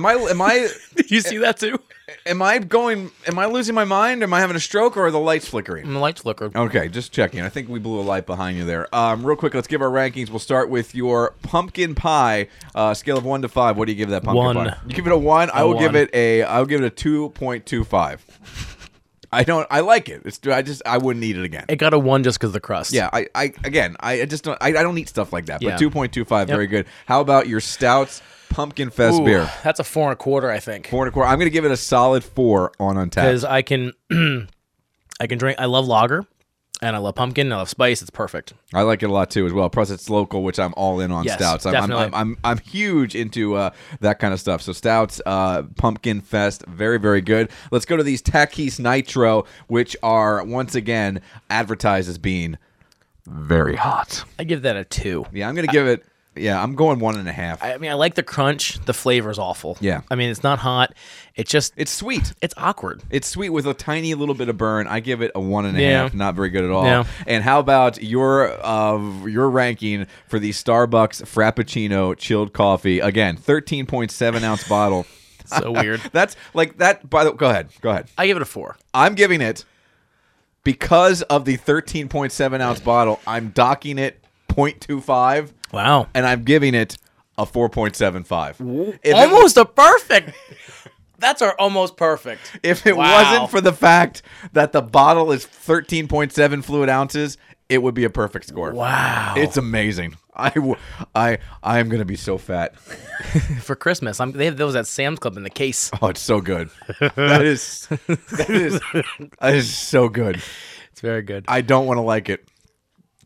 Speaker 1: I am
Speaker 2: [LAUGHS]
Speaker 1: I
Speaker 2: Did you see that
Speaker 1: [LAUGHS]
Speaker 2: too?
Speaker 1: am I going? Am I losing my mind? Am I having a stroke or are the lights flickering?
Speaker 2: And the lights flickered.
Speaker 1: Okay, just checking. I think we blew a light behind you there. Um, real quick, let's give our rankings. We'll start with your pumpkin pie uh, scale of one to five. What do you give that pumpkin
Speaker 2: One.
Speaker 1: pie? You give it a one. I
Speaker 2: A
Speaker 1: will give
Speaker 2: one.
Speaker 1: it a. I'll give it a two point two five. I don't. I like it. It's. I just. I wouldn't eat it again.
Speaker 2: It got a one just because of the crust.
Speaker 1: yeah. I. I again. I, I just don't. I, I don't eat stuff like that.
Speaker 2: Yeah.
Speaker 1: But two point two five.
Speaker 2: Yep.
Speaker 1: Very good. How about your stouts? Pumpkin fest
Speaker 2: Ooh,
Speaker 1: beer.
Speaker 2: That's a four and a quarter, I think.
Speaker 1: Four and a quarter. I'm gonna give it a solid four on untapped.
Speaker 2: because I can [CLEARS THROAT] I can drink. I love lager, and I love pumpkin. And I love spice. It's perfect.
Speaker 1: I like it a lot too, as well. Plus, it's local, which I'm all in on
Speaker 2: Yes,
Speaker 1: stouts. I'm, I'm,
Speaker 2: definitely.
Speaker 1: I'm, I'm, I'm huge into uh, that kind of stuff. So stouts, uh, pumpkin fest, very very good. Let's go to these Takis Nitro, which are once again advertised as being very hot.
Speaker 2: I give that a two.
Speaker 1: Yeah, I'm gonna give it. Yeah, I'm going one and a half.
Speaker 2: I mean, I like the crunch. The flavor's awful.
Speaker 1: Yeah.
Speaker 2: I mean, it's not hot. It's just
Speaker 1: it's sweet.
Speaker 2: it's awkward.
Speaker 1: It's sweet with a tiny little bit of burn. I give it a one and a half.
Speaker 2: Yeah.
Speaker 1: Not very good at all.
Speaker 2: No.
Speaker 1: And how about your uh, your ranking for the Starbucks Frappuccino chilled coffee? Again, thirteen point seven ounce bottle.
Speaker 2: It's
Speaker 1: [LAUGHS]
Speaker 2: so weird.
Speaker 1: That's like that. By the go ahead, go ahead.
Speaker 2: I give it a four.
Speaker 1: I'm giving it because of the thirteen point seven ounce bottle. I'm docking it 0.25,
Speaker 2: Wow.
Speaker 1: and I'm giving it a four point seven five.
Speaker 2: almost a perfect. That's our almost perfect.
Speaker 1: If it
Speaker 2: Wow.
Speaker 1: wasn't for the fact that the bottle is 13.7 fluid ounces, it would be a perfect score.
Speaker 2: wow.
Speaker 1: It's amazing. I, w- I, I am going to be so fat.
Speaker 2: for Christmas, I'm, they have those at Sam's Club in the
Speaker 1: [LAUGHS]
Speaker 2: case.
Speaker 1: Oh, it's so good. That is, that is, that is so good.
Speaker 2: It's very good.
Speaker 1: I don't want to like it,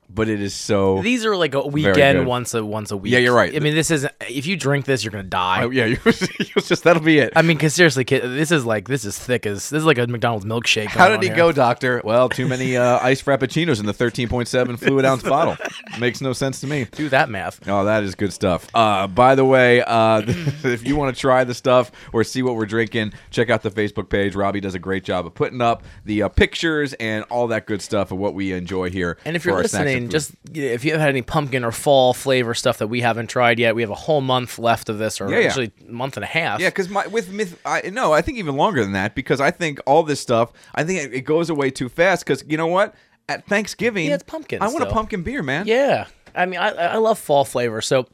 Speaker 1: but it is so.
Speaker 2: These are like a
Speaker 1: good.
Speaker 2: weekend once a once a week.
Speaker 1: Yeah, you're right.
Speaker 2: I mean, this is if you drink this, you're gonna die.
Speaker 1: Oh, yeah, [LAUGHS] you was just, that'll be it.
Speaker 2: I mean, because seriously, kid, this is like this is thick as this is like a McDonald's milkshake.
Speaker 1: How
Speaker 2: going
Speaker 1: did he
Speaker 2: on
Speaker 1: go,
Speaker 2: here.
Speaker 1: doctor? Well, too many uh, iced frappuccinos in the 13.7 fluid ounce bottle. Makes no sense to me.
Speaker 2: do that math?
Speaker 1: Oh, that is good stuff. Uh, by the way, uh, [LAUGHS] if you want to try the stuff or see what we're drinking, check out the Facebook page. Robbie does a great job of putting up the uh, pictures and all that good stuff of what we enjoy here.
Speaker 2: And if
Speaker 1: for
Speaker 2: you're
Speaker 1: our snacks and
Speaker 2: listening,
Speaker 1: food.
Speaker 2: just you know, if you haven't had any pumpkin or fall flavor stuff that we haven't tried yet, we have a whole month left of this, or
Speaker 1: Yeah, yeah.
Speaker 2: actually month and a half.
Speaker 1: yeah, because my with myth, I, no, I think even longer than that because I think all this stuff, I think it, it goes away too fast. Because you know what? At Thanksgiving,
Speaker 2: Yeah, it's pumpkin
Speaker 1: I want a
Speaker 2: still.
Speaker 1: pumpkin beer, man.
Speaker 2: Yeah. I mean, I, I love fall flavor. So if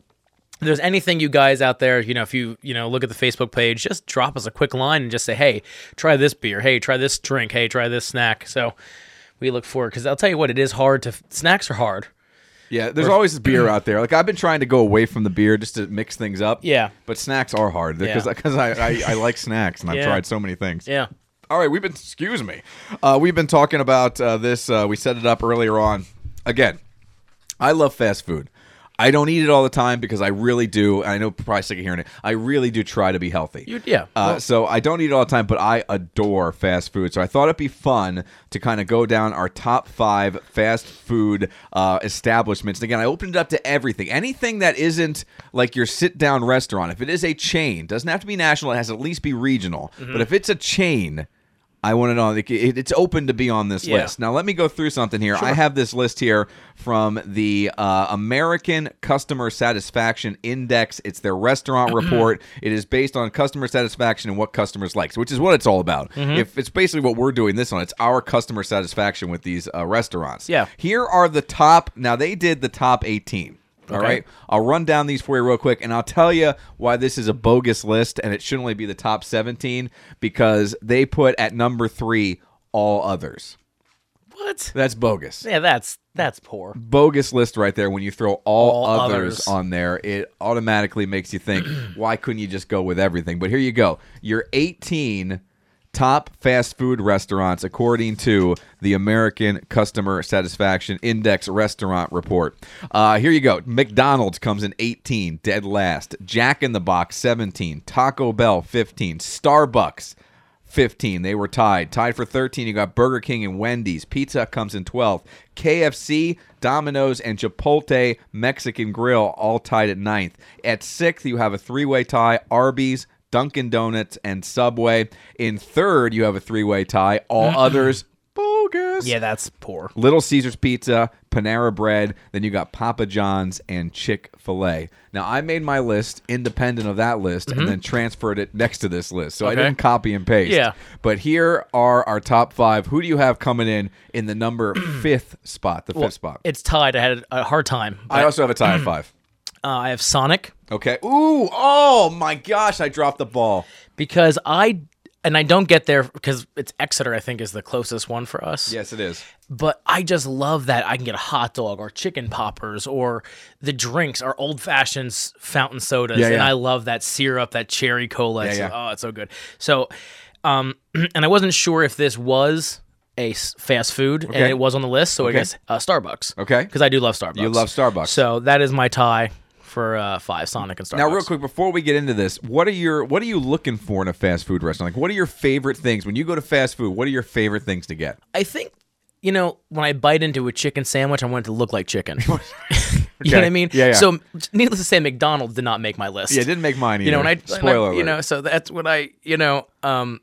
Speaker 2: there's anything you guys out there, you know, if you, you know, look at the Facebook page, just drop us a quick line and just say, hey, try this beer. Hey, try this drink. Hey, try this snack. So we look forward because I'll tell you what, it is hard to, snacks are hard.
Speaker 1: Yeah, there's always this
Speaker 2: [CLEARS THROAT]
Speaker 1: beer out there. Like I've been trying to go away from the beer just to mix things up.
Speaker 2: Yeah.
Speaker 1: but snacks are hard because
Speaker 2: Yeah.
Speaker 1: because I, I I like snacks and I've
Speaker 2: Yeah.
Speaker 1: tried so many things.
Speaker 2: Yeah.
Speaker 1: All right, we've been excuse me, uh, we've been talking about uh, this. Uh, we set it up earlier on. Again, I love fast food. I don't eat it all the time because I really do. I know you're probably sick of hearing it. I really do try to be healthy.
Speaker 2: You- yeah.
Speaker 1: Uh, so I don't eat it all the time, but I adore fast food. So I thought it'd be fun to kind of go down our top five fast food uh, establishments. And again, I opened it up to everything, anything that isn't like your sit down restaurant. If it is a chain, doesn't have to be national. It has to at least be regional.
Speaker 2: Mm-hmm.
Speaker 1: But if it's a chain. I want to know. like, it- It's open to be on this
Speaker 2: Yeah.
Speaker 1: list. Now, let me go through something here. I have this list here from the uh, American Customer Satisfaction Index. It's their
Speaker 2: [CLEARS THROAT]
Speaker 1: restaurant report. It is based on customer satisfaction and what customers like, which is what it's all about.
Speaker 2: Mm-hmm.
Speaker 1: If it's basically what we're doing this on, it's our customer satisfaction with these uh, restaurants.
Speaker 2: Yeah.
Speaker 1: Here are the top. Now they did the top 18. All
Speaker 2: Okay.
Speaker 1: right. I'll run down these for you real quick, and I'll tell you why this is a bogus list, and it should only be the top 17 because they put at number three all others.
Speaker 2: What?
Speaker 1: That's bogus.
Speaker 2: Yeah, that's, that's poor.
Speaker 1: Bogus list right there. When you throw all,
Speaker 2: All
Speaker 1: others,
Speaker 2: others.
Speaker 1: on there, it automatically makes you [CLEARS THROAT] think, why couldn't you just go with everything? But here you go. Your 18 top fast food restaurants according to the American Customer Satisfaction Index Restaurant Report. Uh, here you go. McDonald's comes in 18, dead last. Jack in the Box, 17. Taco Bell, 15. Starbucks, 15. They were tied. Tied for 13, you got Burger King and Wendy's. Pizza Hut comes in 12th. KFC, Domino's, and Chipotle Mexican Grill all tied at ninth. At sixth, you have a three way tie Arby's, Dunkin' Donuts, and Subway. In third, you have a three way tie. All others, bogus.
Speaker 2: Yeah, that's poor.
Speaker 1: Little Caesars Pizza, Panera Bread, then you got Papa John's and Chick fil A. Now, I made my list independent of that list and then transferred it next to this list. So I
Speaker 2: Mm-hmm. Okay.
Speaker 1: didn't copy and paste.
Speaker 2: Yeah.
Speaker 1: But here are our top five. Who do you have coming in in the
Speaker 2: [CLEARS THROAT]
Speaker 1: number fifth spot? The fifth spot.
Speaker 2: It's tied. I had a hard time. Uh,
Speaker 1: I also have a tie
Speaker 2: [CLEARS THROAT]
Speaker 1: of five.
Speaker 2: I have Sonic
Speaker 1: Okay. Ooh. Oh, my gosh. I dropped the ball.
Speaker 2: because I and I don't get there because it's Exeter. I think is the closest one for us.
Speaker 1: Yes, it is.
Speaker 2: But I just love that I can get a hot dog or chicken poppers or the drinks are old fashioned fountain sodas,
Speaker 1: Yeah,
Speaker 2: and
Speaker 1: yeah.
Speaker 2: I love that syrup, that cherry cola. It's-
Speaker 1: yeah.
Speaker 2: Oh, it's so good. So, um, [CLEARS THROAT] and I wasn't sure if this was a s- fast food, and
Speaker 1: Okay.
Speaker 2: it was on the list. So
Speaker 1: Okay.
Speaker 2: I guess uh, Starbucks.
Speaker 1: Okay.
Speaker 2: because I do love Starbucks.
Speaker 1: You love Starbucks.
Speaker 2: So that is my tie for uh, five Sonic and Starbucks.
Speaker 1: Now, real quick, before we get into this, what are your what are you looking for in a fast food restaurant? Like, what are your favorite things when you go to fast food? What are your favorite things to get?
Speaker 2: I think you know when I bite into a chicken sandwich, I want it to look like chicken. [LAUGHS] you know what I mean?
Speaker 1: Yeah, yeah.
Speaker 2: So, needless to say, McDonald's did not make my list.
Speaker 1: Yeah, it didn't make mine either.
Speaker 2: you know, and I and I-
Speaker 1: spoiler
Speaker 2: you
Speaker 1: alert.
Speaker 2: know, so that's what I you know. um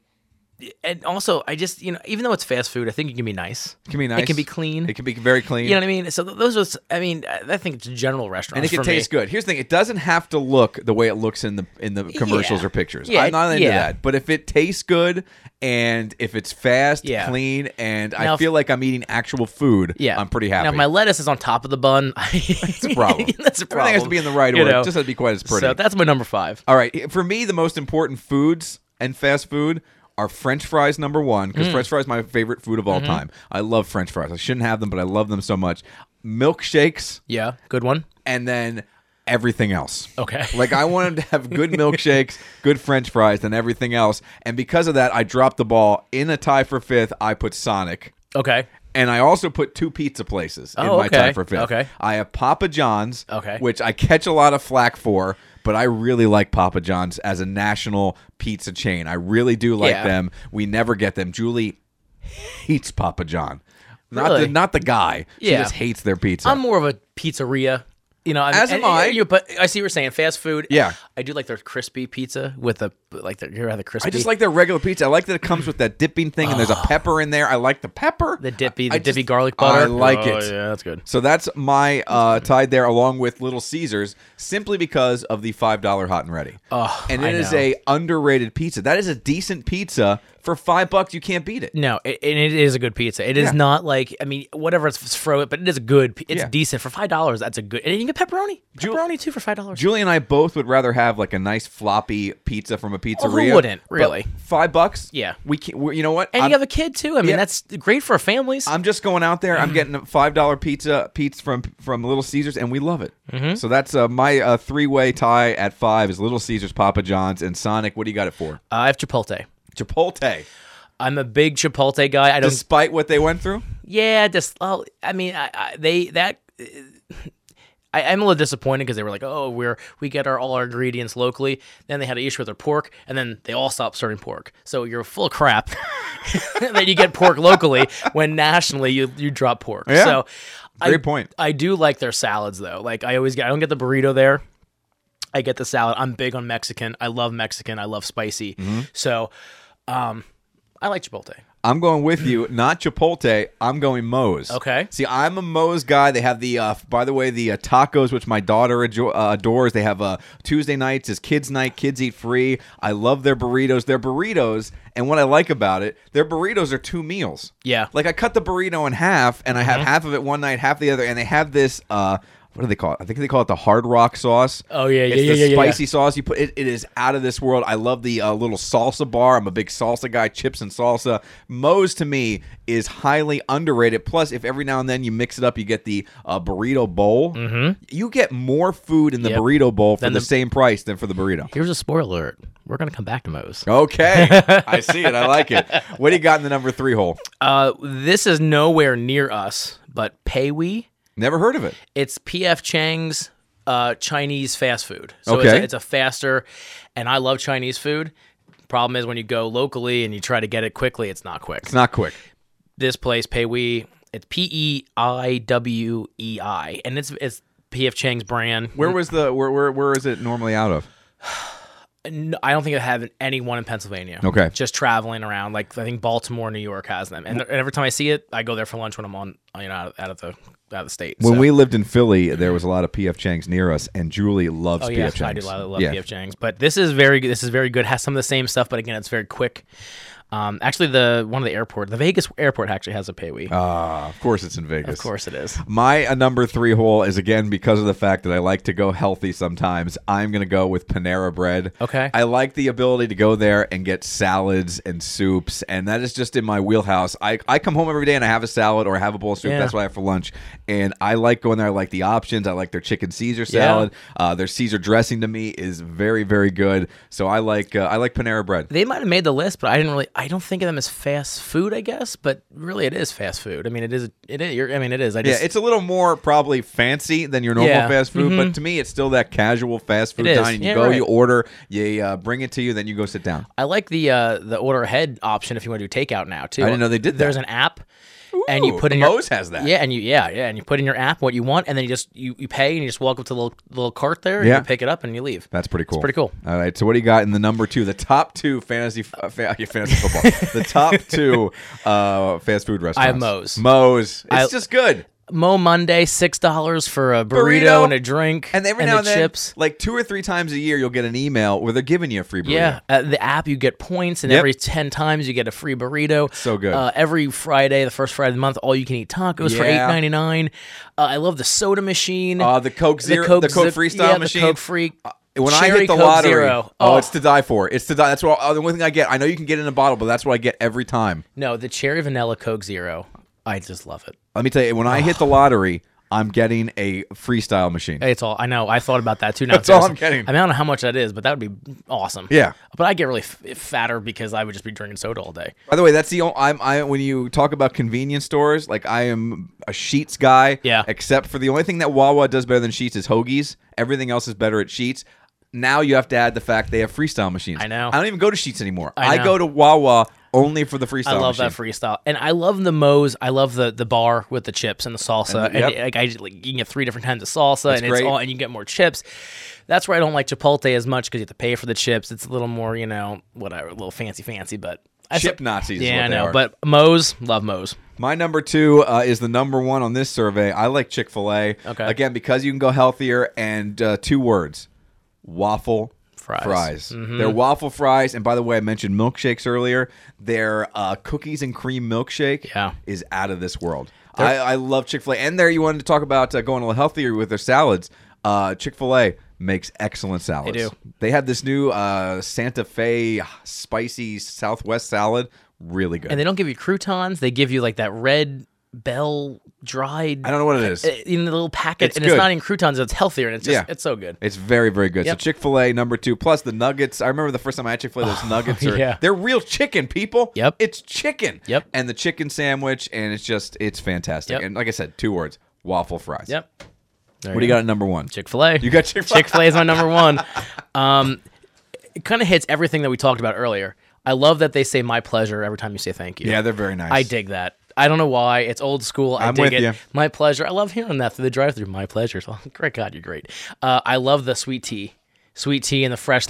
Speaker 2: and also, I just you know, even though it's fast food, I think it can be nice.
Speaker 1: it can be nice.
Speaker 2: It can be clean.
Speaker 1: It can be very clean.
Speaker 2: you know what I mean? So th- those was, I mean, I I think it's general restaurants.
Speaker 1: and it can
Speaker 2: for me.
Speaker 1: taste good. Here's the thing: it doesn't have to look the way it looks in the in the commercials
Speaker 2: Yeah.
Speaker 1: or pictures.
Speaker 2: Yeah,
Speaker 1: I'm not into
Speaker 2: yeah.
Speaker 1: that. But if it tastes good and if it's fast,
Speaker 2: Yeah.
Speaker 1: clean, and
Speaker 2: Now
Speaker 1: I
Speaker 2: if-
Speaker 1: feel like I'm eating actual food,
Speaker 2: Yeah,
Speaker 1: I'm pretty happy.
Speaker 2: Now, if my lettuce is on top of the bun. [LAUGHS] That's a
Speaker 1: problem.
Speaker 2: [LAUGHS] that's a problem.
Speaker 1: Everything has to be in the right
Speaker 2: you
Speaker 1: order.
Speaker 2: know?
Speaker 1: It just has to be quite as pretty.
Speaker 2: So that's my number five.
Speaker 1: All right. For me, the most important foods and fast food are French fries number one because French fries my favorite food of all time. I love French fries. I shouldn't have them, but I love them so much. Milkshakes
Speaker 2: Yeah, good one.
Speaker 1: and then everything else.
Speaker 2: Okay.
Speaker 1: [LAUGHS] Like I wanted to have good milkshakes, good French fries, and everything else. And because of that, I dropped the ball in a tie for fifth. I put Sonic.
Speaker 2: Okay.
Speaker 1: And I also put two pizza places in
Speaker 2: Oh,
Speaker 1: my time
Speaker 2: okay.
Speaker 1: for fifth.
Speaker 2: Okay.
Speaker 1: I have Papa John's,
Speaker 2: Okay.
Speaker 1: which I catch a lot of flack for, but I really like Papa John's as a national pizza chain. I really do like
Speaker 2: Yeah.
Speaker 1: them. We never get them. Julie hates Papa John. Not
Speaker 2: Really?
Speaker 1: the not the guy. She
Speaker 2: Yeah.
Speaker 1: just hates their pizza.
Speaker 2: I'm more of a pizzeria. You know,
Speaker 1: As am I.
Speaker 2: You, but I see what you're saying. Fast food.
Speaker 1: Yeah.
Speaker 2: I do like their crispy pizza with a like their you ever had the crispy.
Speaker 1: I just like their regular pizza. I like that it comes with that dipping thing, and there's a pepper in there. I like the pepper,
Speaker 2: the dippy,
Speaker 1: I
Speaker 2: the
Speaker 1: just-
Speaker 2: dippy garlic butter.
Speaker 1: I like
Speaker 2: Oh,
Speaker 1: it.
Speaker 2: Yeah, that's good.
Speaker 1: So that's my uh, tied there, along with Little Caesars, simply because of the five dollar hot and ready.
Speaker 2: Oh,
Speaker 1: and
Speaker 2: I
Speaker 1: it is
Speaker 2: know.
Speaker 1: a underrated pizza. That is a decent pizza for five bucks. You can't beat it.
Speaker 2: No, it, and it is a good pizza. It is
Speaker 1: Yeah.
Speaker 2: not like I mean whatever it's, it's fro it, but it is good. pi- It's
Speaker 1: Yeah.
Speaker 2: decent for five dollars. That's a good. And you can get pepperoni. Pepperoni too for five dollars.
Speaker 1: Julie and I both would rather have like a nice floppy pizza from a pizzeria.
Speaker 2: Oh, wouldn't,
Speaker 1: but
Speaker 2: really?
Speaker 1: Five bucks.
Speaker 2: Yeah.
Speaker 1: we can. We, you know what?
Speaker 2: And
Speaker 1: I'm,
Speaker 2: you have a kid too. I mean,
Speaker 1: Yeah.
Speaker 2: that's great for families.
Speaker 1: I'm just going out there.
Speaker 2: Mm-hmm.
Speaker 1: I'm getting a five dollar pizza pizza from from Little Caesars, and we love it.
Speaker 2: Mm-hmm.
Speaker 1: So that's uh, my uh, three way tie at five is Little Caesars, Papa John's, and Sonic. What do you got it for?
Speaker 2: Uh, I have Chipotle.
Speaker 1: Chipotle.
Speaker 2: I'm a big Chipotle guy. I don't.
Speaker 1: Despite what they went through.
Speaker 2: yeah, just. Oh, I mean, I, I they that. [LAUGHS] I, I'm a little disappointed because they were like, "Oh, we're we get our all our ingredients locally." Then they had an issue with their pork, and then they all stopped serving pork. So you're full of crap [LAUGHS] that you get pork locally when nationally you you drop pork.
Speaker 1: Yeah.
Speaker 2: So I-
Speaker 1: Great point.
Speaker 2: I do like their salads though. Like I always get, I don't get the burrito there. I get the salad. I'm big on Mexican. I love Mexican. I love spicy.
Speaker 1: Mm-hmm.
Speaker 2: So, um, I like Chipotle.
Speaker 1: I'm going with you, not Chipotle. I'm going Moe's.
Speaker 2: Okay.
Speaker 1: See, I'm a Moe's guy. They have the, uh, by the way, the uh, tacos, which my daughter adjo- uh, adores. They have uh, Tuesday nights is kids' night. Kids eat free. I love their burritos. Their burritos, and what I like about it, their burritos are two meals.
Speaker 2: Yeah. Mm-hmm.
Speaker 1: Like I cut the burrito in half, and I have half of it one night, half the other, and they have this. Uh, what do they call it? I think they call it the hard rock sauce.
Speaker 2: Oh, yeah,
Speaker 1: it's
Speaker 2: yeah, yeah,
Speaker 1: the
Speaker 2: yeah, yeah.
Speaker 1: spicy sauce you put. It, it is out of this world. I love the uh, little salsa bar. I'm a big salsa guy. Chips and salsa. Moe's to me is highly underrated. Plus, if every now and then you mix it up, you get the uh, burrito bowl. Mm-hmm. You get more food in the
Speaker 2: Yep.
Speaker 1: burrito bowl for
Speaker 2: Than
Speaker 1: the,
Speaker 2: the-
Speaker 1: same price than for the
Speaker 2: [LAUGHS]
Speaker 1: burrito.
Speaker 2: Here's a spoiler alert. We're gonna come back to Moe's.
Speaker 1: Okay, I see it. I like
Speaker 2: [LAUGHS]
Speaker 1: it. What do you got in the number three hole?
Speaker 2: Uh, this is nowhere near us, but Peiwei.
Speaker 1: Never heard of it.
Speaker 2: It's PF Chang's uh, Chinese fast food. So
Speaker 1: Okay.
Speaker 2: it's, a, it's a faster, and I love Chinese food. Problem is when you go locally and you try to get it quickly, it's not quick.
Speaker 1: It's not quick.
Speaker 2: This place, Peewee, it's P E I W E I, and it's it's P.F. Chang's brand.
Speaker 1: Where was the where where where is it normally out of?
Speaker 2: N- I don't think I have anyone in Pennsylvania.
Speaker 1: Okay.
Speaker 2: Just traveling around, like I think Baltimore, New York has them, and, and every time I see it, I go there for lunch when I'm on, you know, out of, out of the out of the state.
Speaker 1: When
Speaker 2: so.
Speaker 1: we lived in Philly, there was a lot of PF Chang's near us, and Julie loves
Speaker 2: Oh
Speaker 1: PF
Speaker 2: yeah,
Speaker 1: Chang's.
Speaker 2: I do love, love
Speaker 1: Yeah.
Speaker 2: PF Chang's, but this is very good. This is very good. Has some of the same stuff, but again, it's very quick. Um, actually, the one of the airport, the Vegas airport, actually has a paywee.
Speaker 1: Ah, of course, it's in Vegas.
Speaker 2: of course, it is.
Speaker 1: My uh, number three hole is again because of the fact that I like to go healthy sometimes. I'm going to go with Panera Bread.
Speaker 2: Okay.
Speaker 1: I like the ability to go there and get salads and soups, and that is just in my wheelhouse. I, I come home every day and I have a salad or I have a bowl of soup.
Speaker 2: Yeah.
Speaker 1: That's what I have for lunch. And I like going there. I like the options. I like their chicken Caesar salad. Uh, their Caesar dressing to me is very, very good. So I like uh, I like Panera Bread.
Speaker 2: They might have made the list, but I didn't really. I don't think of them as fast food, I guess. But really, it is fast food. I mean, it is. It is. You're, I mean, it is. I
Speaker 1: Yeah,
Speaker 2: just.
Speaker 1: it's a little more probably fancy than your normal
Speaker 2: Yeah. Mm-hmm.
Speaker 1: fast food, but to me, it's still that casual fast food
Speaker 2: It is.
Speaker 1: dining. You
Speaker 2: Yeah,
Speaker 1: go,
Speaker 2: right.
Speaker 1: you order, you uh, bring it to you, then you go sit down.
Speaker 2: I like the uh, the order ahead option if you want to do takeout now too.
Speaker 1: I didn't know they did that.
Speaker 2: There's an app, and you
Speaker 1: Ooh,
Speaker 2: put in
Speaker 1: Moe's
Speaker 2: your,
Speaker 1: has that.
Speaker 2: Yeah, and you yeah yeah, and you put in your app what you want, and then you just you, you pay and you just walk up to the little, the little cart there, and
Speaker 1: Yeah.
Speaker 2: you pick it up and you leave.
Speaker 1: That's pretty cool.
Speaker 2: pretty cool.
Speaker 1: All right. So what do you got in the number two? The top two fantasy f- uh, fa- [LAUGHS] yeah, fantasy football. the
Speaker 2: [LAUGHS]
Speaker 1: top two uh, fast food restaurants.
Speaker 2: Moe's.
Speaker 1: Moe's. It's
Speaker 2: I-
Speaker 1: just good.
Speaker 2: Mo Monday, six dollars for a burrito,
Speaker 1: Burrito.
Speaker 2: and a drink,
Speaker 1: And every now
Speaker 2: the
Speaker 1: and then,
Speaker 2: chips.
Speaker 1: like two or three times a year, you'll get an email where they're giving you a free burrito.
Speaker 2: Yeah, uh, the app you get points, and
Speaker 1: Yep.
Speaker 2: every ten times you get a free burrito.
Speaker 1: So good.
Speaker 2: Uh, every Friday, the first Friday of the month, all you can eat tacos for eight
Speaker 1: Yeah.
Speaker 2: ninety nine. Uh, I love the soda machine.
Speaker 1: Uh, the Coke Zero, the Coke,
Speaker 2: Zip-
Speaker 1: Freestyle
Speaker 2: yeah,
Speaker 1: machine. Uh,
Speaker 2: The Coke Free.
Speaker 1: when I
Speaker 2: Cherry
Speaker 1: hit the
Speaker 2: Coke
Speaker 1: lottery,
Speaker 2: Zero.
Speaker 1: oh,
Speaker 2: Oh,
Speaker 1: it's to die for. It's to die. That's what oh, the only thing I get. I know you can get it in a bottle, but that's what I get every time.
Speaker 2: no, the cherry vanilla Coke Zero. I just love it.
Speaker 1: Let me tell you, when I
Speaker 2: [SIGHS]
Speaker 1: hit the lottery, I'm getting a freestyle machine.
Speaker 2: It's all I know. I thought about that too. Now
Speaker 1: That's all I'm getting.
Speaker 2: I, mean, I don't know how much that is, but that would be awesome.
Speaker 1: Yeah.
Speaker 2: but I get really f- fatter because I would just be drinking soda all day.
Speaker 1: By the way, that's the only, I'm I when you talk about convenience stores, like I am a Sheets guy.
Speaker 2: Yeah.
Speaker 1: Except for the only thing that Wawa does better than Sheets is hoagies. Everything else is better at Sheets. Now you have to add the fact they have freestyle machines.
Speaker 2: I know.
Speaker 1: I don't even go to Sheets anymore. I,
Speaker 2: I know.
Speaker 1: go to Wawa only for the freestyle.
Speaker 2: I love
Speaker 1: machine.
Speaker 2: that freestyle, and I love the Moe's. I love the the bar with the chips and the salsa. And,
Speaker 1: yep.
Speaker 2: like I like, you can get three different kinds of salsa, and
Speaker 1: great.
Speaker 2: it's all, and you get more chips. That's where I don't like Chipotle as much because you have to pay for the chips. It's a little more, you know, whatever, a little fancy, fancy, but I
Speaker 1: Chip Nazis is
Speaker 2: Yeah,
Speaker 1: what
Speaker 2: I
Speaker 1: they
Speaker 2: know,
Speaker 1: are.
Speaker 2: but Moe's, love Moe's.
Speaker 1: My number two uh, is the number one on this survey. I like Chick Fil A.
Speaker 2: Okay.
Speaker 1: Again, because you can go healthier and uh, two words: waffle
Speaker 2: Fries. Mm-hmm.
Speaker 1: They're waffle fries, and by the way, I mentioned milkshakes earlier. Their uh, cookies and cream milkshake
Speaker 2: Yeah.
Speaker 1: is out of this world. I, I love Chick Fil A, and there you wanted to talk about uh, going a little healthier with their salads. Uh, Chick Fil A makes excellent salads.
Speaker 2: do.
Speaker 1: They have this new uh, Santa Fe spicy Southwest salad, really good.
Speaker 2: And they don't give you croutons; they give you like that red bell dried. eh,
Speaker 1: I don't know what it is.
Speaker 2: in the little packet,
Speaker 1: It's
Speaker 2: and
Speaker 1: good.
Speaker 2: it's not in croutons. It's healthier, and it's just
Speaker 1: Yeah.
Speaker 2: it's so good.
Speaker 1: It's very, very good. So
Speaker 2: Yep.
Speaker 1: Chick Fil A number two, plus the nuggets. I remember the first time I had Chick Fil A,
Speaker 2: [LAUGHS]
Speaker 1: those nuggets are
Speaker 2: Oh, yeah.
Speaker 1: they're real chicken, people.
Speaker 2: Yep.
Speaker 1: it's chicken.
Speaker 2: Yep.
Speaker 1: and the chicken sandwich, and it's just it's fantastic.
Speaker 2: Yep.
Speaker 1: And like I said, two words: waffle fries.
Speaker 2: Yep.
Speaker 1: What do you got at number one?
Speaker 2: Chick Fil A.
Speaker 1: You got Chick-fil-A.
Speaker 2: Chick Fil A is my number one. Um, it kind of hits everything that we talked about earlier. I love that they say my pleasure every time you say thank you.
Speaker 1: Yeah, they're very nice.
Speaker 2: I dig that. I don't know why. It's old school. I
Speaker 1: I'm
Speaker 2: dig
Speaker 1: with
Speaker 2: it.
Speaker 1: you.
Speaker 2: My pleasure. I love hearing that through the drive-through. My pleasure. So, [LAUGHS] great God, you're great. Uh, I love the sweet tea, sweet tea and the fresh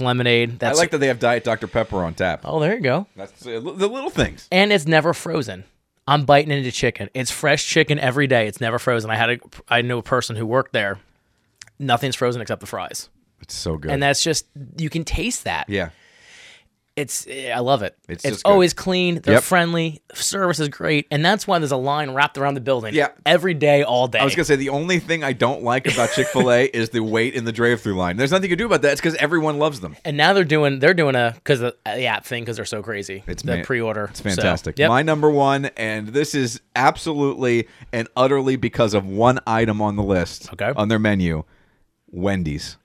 Speaker 1: I
Speaker 2: lemonade. That's
Speaker 1: like that they have Diet Dr Pepper on tap.
Speaker 2: oh, there you go.
Speaker 1: That's uh, li- the little things.
Speaker 2: and it's never frozen. I'm biting into chicken. It's fresh chicken every day. It's never frozen. I had a I knew a person who worked there. Nothing's frozen except the fries.
Speaker 1: It's so good.
Speaker 2: And that's just you can taste that.
Speaker 1: yeah,
Speaker 2: It's eh, I love it.
Speaker 1: It's
Speaker 2: It's,
Speaker 1: just good.
Speaker 2: always clean, they're
Speaker 1: Yep.
Speaker 2: friendly, service is great, and that's why there's a line wrapped around the building
Speaker 1: Yeah.
Speaker 2: every day all day.
Speaker 1: I was gonna say the only thing I don't like about Chick Fil A [LAUGHS] is the wait in the drive-through line. There's nothing you can do about that. It's because everyone loves them.
Speaker 2: and now they're doing they're doing a cuz the, uh, the app thing cuz they're so crazy.
Speaker 1: It's
Speaker 2: the
Speaker 1: ma-
Speaker 2: pre-order.
Speaker 1: It's fantastic.
Speaker 2: So, yep.
Speaker 1: My number one, and this is absolutely and utterly because of one item on the list
Speaker 2: Okay.
Speaker 1: on their menu Wendy's.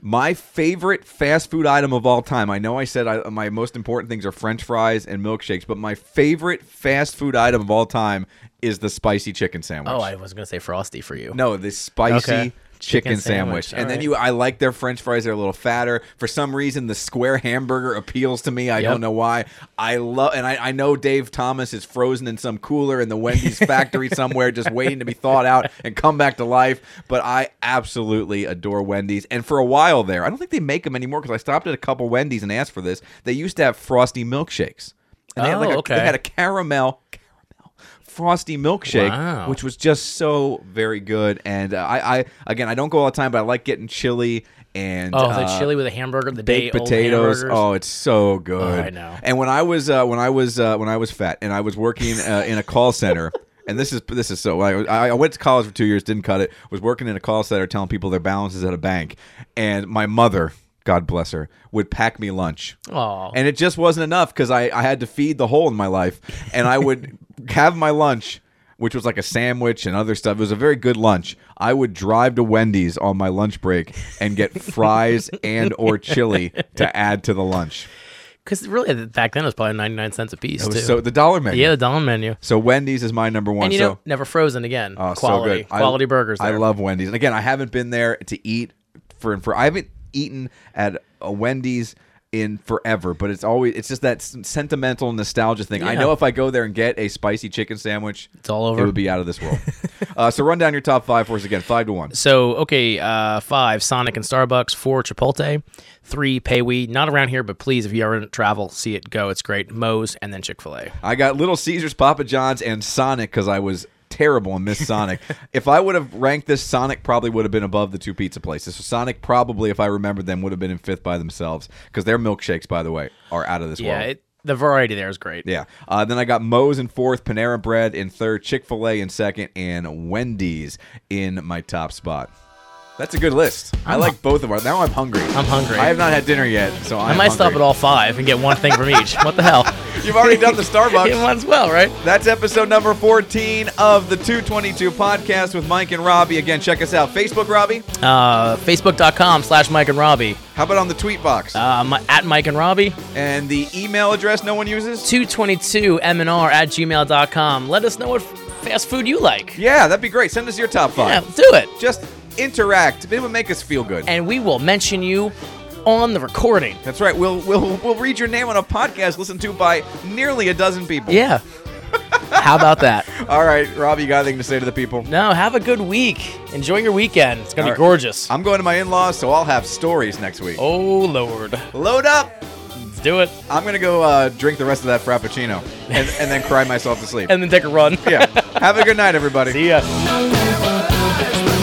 Speaker 1: My favorite fast food item of all time. I know I said I, my most important things are french fries and milkshakes, but my favorite fast food item of all time is the spicy chicken sandwich.
Speaker 2: oh, I was going to say frosty for you.
Speaker 1: No, the spicy
Speaker 2: Okay.
Speaker 1: chicken,
Speaker 2: Chicken sandwich.
Speaker 1: sandwich. And
Speaker 2: All
Speaker 1: then
Speaker 2: right.
Speaker 1: you, I like their French fries. They're a little fatter. For some reason, the square hamburger appeals to me. I
Speaker 2: Yep.
Speaker 1: don't know why. I love, and I, I know Dave Thomas is frozen in some cooler in the
Speaker 2: [LAUGHS]
Speaker 1: Wendy's factory somewhere, just waiting to be thawed out and come back to life. But I absolutely adore Wendy's. And for a while there, I don't think they make them anymore because I stopped at a couple Wendy's and asked for this. They used to have frosty milkshakes. And they had
Speaker 2: Oh,
Speaker 1: like a,
Speaker 2: okay.
Speaker 1: They had a caramel. caramel Frosty milkshake,
Speaker 2: Wow.
Speaker 1: which which was just so very good. And uh, I, I again, I don't go all the time, but I like getting chili and
Speaker 2: Oh,
Speaker 1: uh,
Speaker 2: the chili with a hamburger, the
Speaker 1: baked
Speaker 2: day-old
Speaker 1: potatoes.
Speaker 2: hamburgers.
Speaker 1: Oh, it's so good.
Speaker 2: I know.
Speaker 1: And when I was uh, when I was uh, when I was fat and I was working uh, in a call center. And this is this is so. I, I went to college for two years, didn't cut it. Was working in a call center, telling people their balances at a bank. And my mother, God bless her, would pack me lunch.
Speaker 2: Aw.
Speaker 1: And it just wasn't enough because I, I had to feed the hole in my life. And I would have my lunch, which was like a sandwich and other stuff. It was a very good lunch. I would drive to Wendy's on my lunch break and get fries and or chili to add to the lunch.
Speaker 2: Because really, back then it was probably 99 cents a piece.
Speaker 1: It
Speaker 2: too.
Speaker 1: was so the dollar menu.
Speaker 2: yeah, the Don menu.
Speaker 1: So Wendy's is my number one.
Speaker 2: And you
Speaker 1: so
Speaker 2: know, never frozen again.
Speaker 1: Oh, so
Speaker 2: quality,
Speaker 1: good. I-
Speaker 2: quality burgers.
Speaker 1: I
Speaker 2: There.
Speaker 1: love Wendy's. And again, I haven't been there to eat for and for. I haven't eaten at a Wendy's in forever, but it's always it's just that s- sentimental nostalgia thing. I
Speaker 2: Yeah.
Speaker 1: know if I go there and get a spicy chicken sandwich,
Speaker 2: It's all over.
Speaker 1: It would be out of this
Speaker 2: [LAUGHS]
Speaker 1: world. uh, so run down your top five for us again. Five to one.
Speaker 2: So okay, uh, five Sonic and Starbucks, four Chipotle, three Paywee. Not around here, but please, if you ever travel, see it go. It's great. Moe's and then Chick Fil A.
Speaker 1: I got Little Caesars, Papa John's, and Sonic because I was terrible and missed
Speaker 2: [LAUGHS]
Speaker 1: Sonic. if I would have ranked this, Sonic probably would have been above the two pizza places. So Sonic probably, if I remembered them, would have been in fifth by themselves because their milkshakes, by the way, are out of this
Speaker 2: Yeah,
Speaker 1: world.
Speaker 2: it, the variety there is great.
Speaker 1: Yeah. Uh, then I got Moe's in fourth, Panera Bread in third, Chick fil A in second, and Wendy's in my top spot. That's a good list. i like both of our. Now I'm hungry.
Speaker 2: I'm hungry.
Speaker 1: I have not had dinner yet, so I'm
Speaker 2: I might stop at
Speaker 1: hungry.
Speaker 2: all five and get one thing from each. What
Speaker 1: [LAUGHS]
Speaker 2: the hell?
Speaker 1: You've already
Speaker 2: [LAUGHS]
Speaker 1: done the
Speaker 2: You
Speaker 1: Starbucks.
Speaker 2: might as well, right?
Speaker 1: That's episode number 14 of the 222 podcast with Mike and Robbie. Again, check us out. Facebook, Robbie.
Speaker 2: Uh, Facebook.com slash Mike and Robbie.
Speaker 1: How about on the tweet box?
Speaker 2: Uh, my, at Mike and Robbie.
Speaker 1: and the email address no one uses?
Speaker 2: 222mnr at gmail.com. Let us know what f- fast food you like.
Speaker 1: Yeah, that'd be great. Send us your top
Speaker 2: Yeah,
Speaker 1: five.
Speaker 2: do it.
Speaker 1: Just interact. It would make us feel good.
Speaker 2: And we will mention you on the recording.
Speaker 1: That's right. We'll we'll we'll read your name on a podcast listened to by nearly a dozen people. [LAUGHS]
Speaker 2: Yeah. How about that?
Speaker 1: All right, Rob, you got anything to say to the people?
Speaker 2: No, have a good week. Enjoy your weekend. It's going
Speaker 1: All
Speaker 2: to
Speaker 1: right.
Speaker 2: be gorgeous.
Speaker 1: I'm going to my in-laws, so I'll have stories next week.
Speaker 2: oh, Lord.
Speaker 1: Load up.
Speaker 2: Let's do it.
Speaker 1: I'm gonna go uh, drink the rest of that frappuccino and, and
Speaker 2: [LAUGHS]
Speaker 1: then cry myself to sleep.
Speaker 2: And then take a run.
Speaker 1: yeah. Have a good night, everybody.
Speaker 2: See ya.
Speaker 3: Nowhere on earth